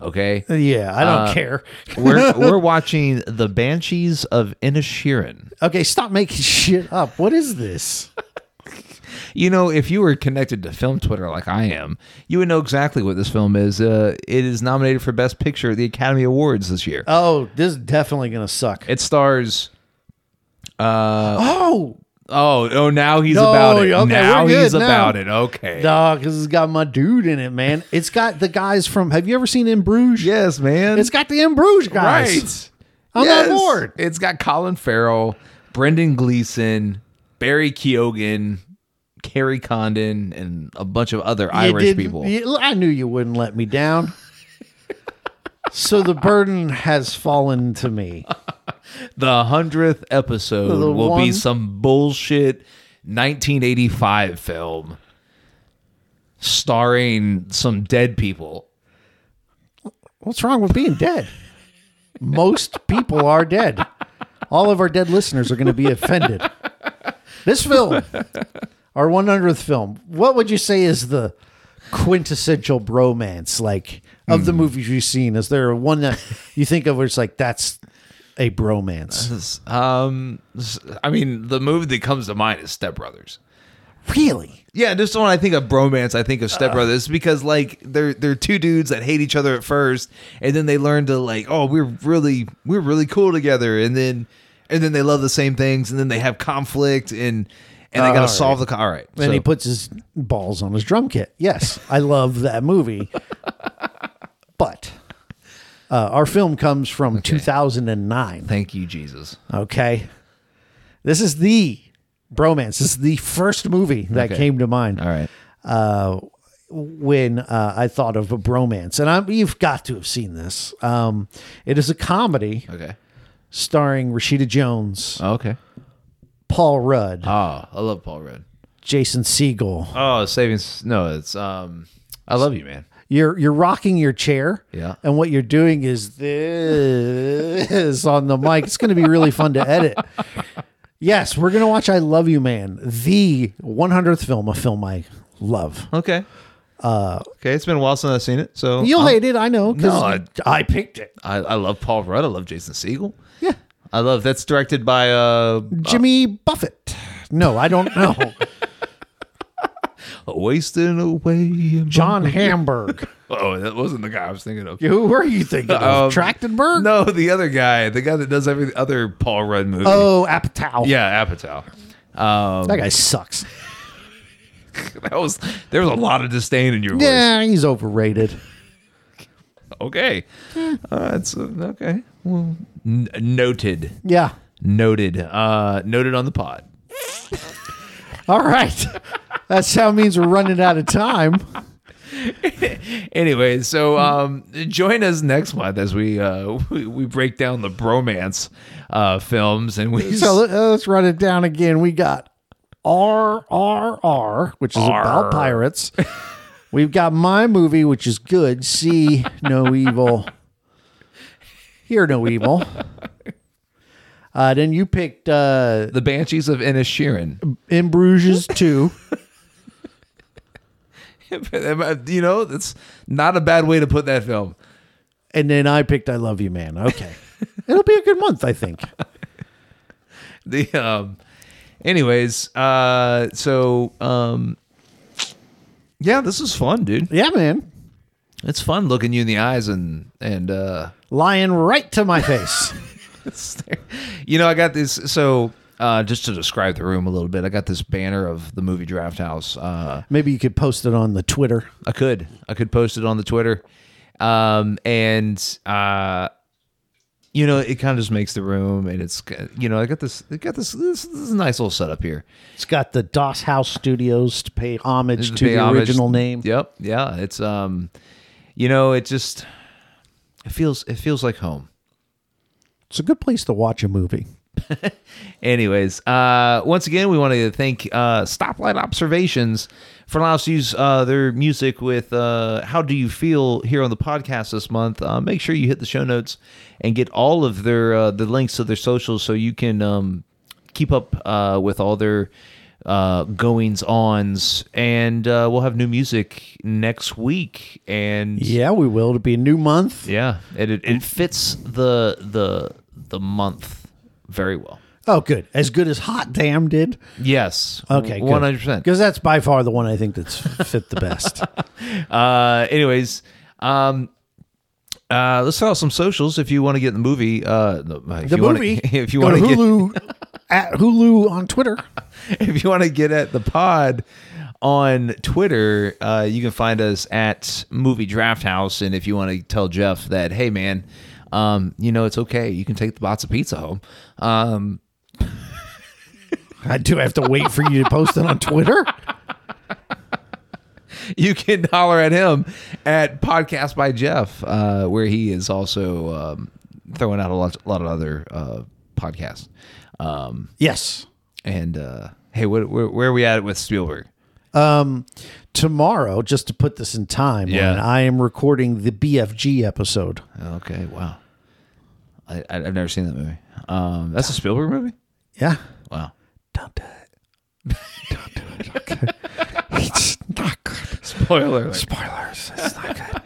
S2: Okay.
S3: Yeah, I don't
S2: Uh,
S3: care.
S2: we're, we're watching The Banshees of Inishirin.
S3: Okay, stop making shit up. What is this?
S2: You know, if you were connected to film Twitter like I am, you would know exactly what this film is. Uh, it is nominated for Best Picture at the Academy Awards this year.
S3: Oh, this is definitely gonna suck.
S2: It stars.
S3: oh,
S2: Oh, oh! Now he's
S3: No,
S2: about it.
S3: okay,
S2: now
S3: we're good
S2: he's
S3: now.
S2: about it. Okay.
S3: dog, because it's got my dude in it, man. It's got the guys from. Have you ever seen In Bruges?
S2: Yes, man.
S3: It's got the In Bruges guys.
S2: Right.
S3: I'm
S2: yes.
S3: on board.
S2: It's got Colin Farrell, Brendan Gleeson, Barry Keoghan, Carrie Condon, and a bunch of other
S3: You
S2: Irish
S3: didn't-
S2: people.
S3: you- I knew you wouldn't let me down. so the burden has fallen to me.
S2: The hundredth episode
S3: The
S2: will be
S3: one-
S2: some bullshit 1985 film starring some dead people.
S3: What's wrong with being dead? most people are dead. All of our dead listeners are going to be offended. This film, our 100th film, what would you say is the quintessential bromance like of the movies you've seen? Is there one that you think of where it's like that's a bromance?
S2: Um, s- I mean, the movie that comes to mind is Step Brothers.
S3: Really?
S2: Yeah, just when I think of bromance, I think of Step
S3: Uh.
S2: Brothers because like they're they're two dudes that hate each other at first, and then they learn to like, oh, we're really we're really cool together, and then and then they love the same things, and then they have conflict, and and they got to
S3: Alright.
S2: solve the co- all right.
S3: Uh, And he
S2: so-
S3: puts his balls on his drum kit. Yes, I love that movie. but uh, our film comes from 2009.
S2: thank you, Jesus.
S3: Okay. This is the bromance. This is the first movie that
S2: Okay.
S3: came to mind
S2: All right,
S3: when uh, I thought of a bromance. And I'm, you've got to have seen this. Um, it is a comedy
S2: okay,
S3: starring Rashida Jones,
S2: oh, okay.
S3: Paul Rudd,
S2: Oh, I love Paul Rudd.
S3: Jason Segel.
S2: Oh, saving S- no, it's um, I love you, man.
S3: you're you're rocking your chair
S2: Yeah.
S3: and what you're doing is this on the mic it's going to be really fun to edit yes we're going to watch i love you man the 100th film a film i love
S2: Okay, uh, okay, it's been a while since I've seen it, so
S3: you'll
S2: I'm-
S3: hate it i know
S2: No,
S3: because
S2: I-
S3: I, picked it
S2: I, I love Paul Rudd. I love Jason Segel.
S3: yeah
S2: I love that's directed by uh
S3: jimmy buffett no i don't know
S2: Wasting Away. in-
S3: john hamburg
S2: Oh, that wasn't the guy I was thinking of.
S3: who were you thinking
S2: Um,
S3: of trachtenberg
S2: No, the other guy, the guy that does every other Paul Rudd movie.
S3: oh apatow
S2: yeah, Apatow. Um,
S3: that guy sucks
S2: that was there was a lot of disdain in your voice.
S3: yeah he's overrated
S2: Okay,
S3: Hmm.
S2: uh, that's uh, okay. Well, n- noted,
S3: yeah
S2: noted, uh, noted on the pod.
S3: all right that sound means we're running out of time
S2: Anyway, so um, join us next month as we uh, we, we break down the bromance uh, films and we
S3: So let, us run it down again. We got R R R, which is
S2: R.
S3: about pirates. We've got my movie, which is good. See no evil, hear no evil. Uh, then you picked uh,
S2: the Banshees of Inisherin.
S3: In Bruges two.
S2: you know, that's not a bad way to put that film.
S3: and then I picked I Love You Man. Okay, it'll be a good month, I think.
S2: The um anyways, uh so um yeah, this is fun, dude.
S3: Yeah, man,
S2: It's fun looking you in the eyes and and uh
S3: lying right to my face.
S2: you know, I got this so uh just to describe the room a little bit, I got this banner of the movie Draft House. Uh
S3: Maybe you could post it on the Twitter.
S2: I could. I could post it on the Twitter. Um, and uh, you know, it kind of just makes the room, and it's you know, I got this, I got this, this, this is a nice little setup here.
S3: It's got the Doss House Studios to pay homage to
S2: Pay
S3: the
S2: homage-
S3: original name.
S2: Yep, yeah. It's um, you know, it just it feels it feels like home.
S3: It's a good place to watch a movie.
S2: Anyways, uh, once again, we want to thank uh, Stoplight Observations for allowing us to use uh, their music with uh, How Do You Feel here on the podcast this month. Uh, make sure you hit the show notes and get all of their uh, the links to their socials so you can um, keep up uh, with all their uh, goings ons. And uh, we'll have new music next week. And
S3: Yeah, we will. It'll be a new month.
S2: yeah, it, it, it fits the the the month very well.
S3: Oh, good. As good as Hot Damn did.
S2: Yes.
S3: Okay,
S2: One hundred percent.
S3: Because that's by far the one I think that's fit the best.
S2: Uh, anyways, um, uh, let's talk some socials if you want to get in the movie. Uh, no, if
S3: The
S2: you
S3: movie.
S2: Wanna, if you
S3: go
S2: want
S3: to
S2: to get,
S3: Hulu at Hulu on Twitter.
S2: if you want to get at the pod on Twitter, uh, you can find us at Movie Draft House. And if you want to tell Jeff that, hey man, um, you know it's okay. You can take the box of pizza home. Um,
S3: I do have to wait for you to post it on Twitter.
S2: you can holler at him at podcast by Jeff, uh, where he is also um, throwing out a lot, lot of other uh, podcasts. Um,
S3: Yes.
S2: and uh, hey, what, where, where are we at with Spielberg?
S3: Tomorrow, just to put this in time,
S2: Yeah.
S3: when I am recording the BFG episode.
S2: Okay, wow. I, I- I've never seen that movie. Um, that's a Spielberg movie.
S3: Yeah.
S2: Wow.
S3: Don't do it. Don't do it. Okay. It's not good.
S2: Spoiler. alert.
S3: Spoilers. It's not good.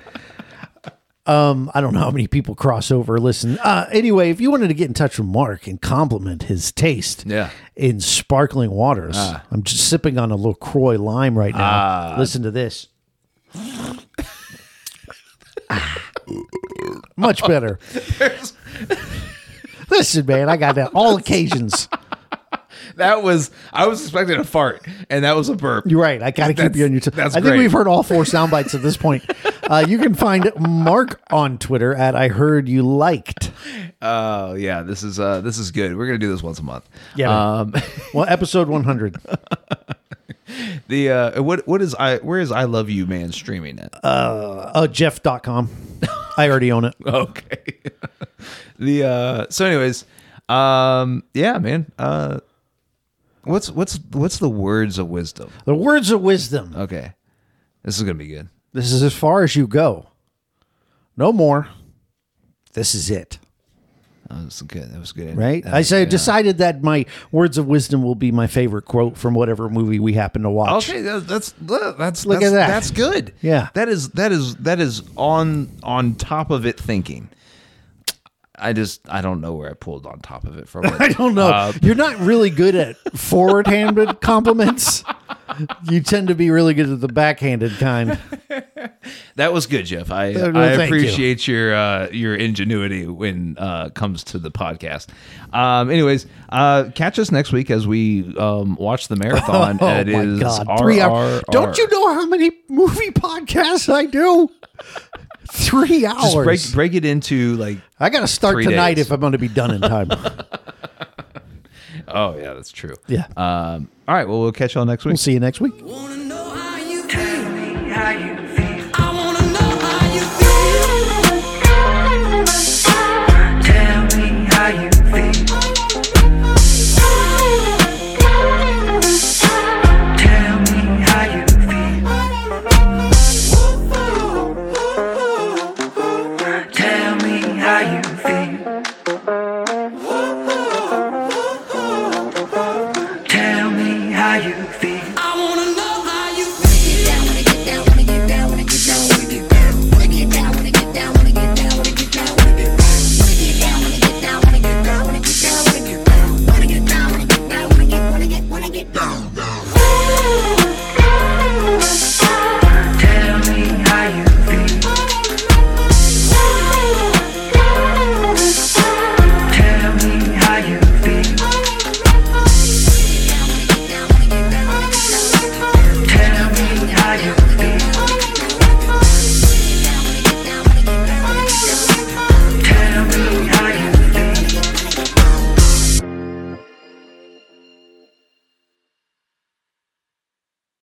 S3: Um, I don't know how many people cross over. Listen, uh, anyway, if you wanted to get in touch with Mark and compliment his taste
S2: Yeah. Ah.
S3: in sparkling waters, I'm just sipping on a LaCroix lime right now. Listen to this. Ah. Much better. Listen, man, I got that all occasions.
S2: That was I was expecting a fart, and that was a burp.
S3: You're right. I got to keep
S2: That's-
S3: you on your toes.
S2: that's
S3: I think
S2: great.
S3: we've heard all four sound bites at this point. Uh, you can find Mark on Twitter at I heard you liked.
S2: Oh yeah, this is uh this is good. We're gonna do this once a month.
S3: Yeah,
S2: Um,
S3: man. Well, episode 100.
S2: the uh what what is I where is I love you man streaming at?
S3: Uh, Jeff.com. I already own it.
S2: okay. the uh so anyways, um yeah man. Uh what's what's what's the words of wisdom?
S3: The words of wisdom.
S2: Okay. This is gonna be good.
S3: This is as far as you go. No more. This is it.
S2: That was good. That was good.
S3: Right?
S2: That
S3: I
S2: was-
S3: say I
S2: yeah.
S3: decided that my words of wisdom will be my favorite quote from whatever movie we happen to watch.
S2: Okay, that- that's that's
S3: Look
S2: that's,
S3: at that.
S2: That's good.
S3: Yeah.
S2: that is that is that is on on top of it thinking. I just I don't know where I pulled on top of it from.
S3: I don't know.
S2: Uh,
S3: Oh, You're not really good at forward-handed compliments. You tend to be really good at the backhanded kind.
S2: that was good, Jeff. I
S3: Uh, no,
S2: I
S3: thank you.
S2: appreciate your uh, your ingenuity when uh, comes to the podcast. Um, anyways, uh, catch us next week as we um, watch the marathon.
S3: Oh
S2: It
S3: my
S2: is
S3: god! Three hours.
S2: RRR.
S3: Don't you know how many movie podcasts I do? Three hours.
S2: Just break break it into like
S3: I got to start
S2: three
S3: tonight
S2: days.
S3: if I'm going to be done in time.
S2: oh yeah that's true
S3: Yeah.
S2: um all right well we'll catch y'all next week
S3: we'll see you next week.
S1: Wanna know how you feel? How you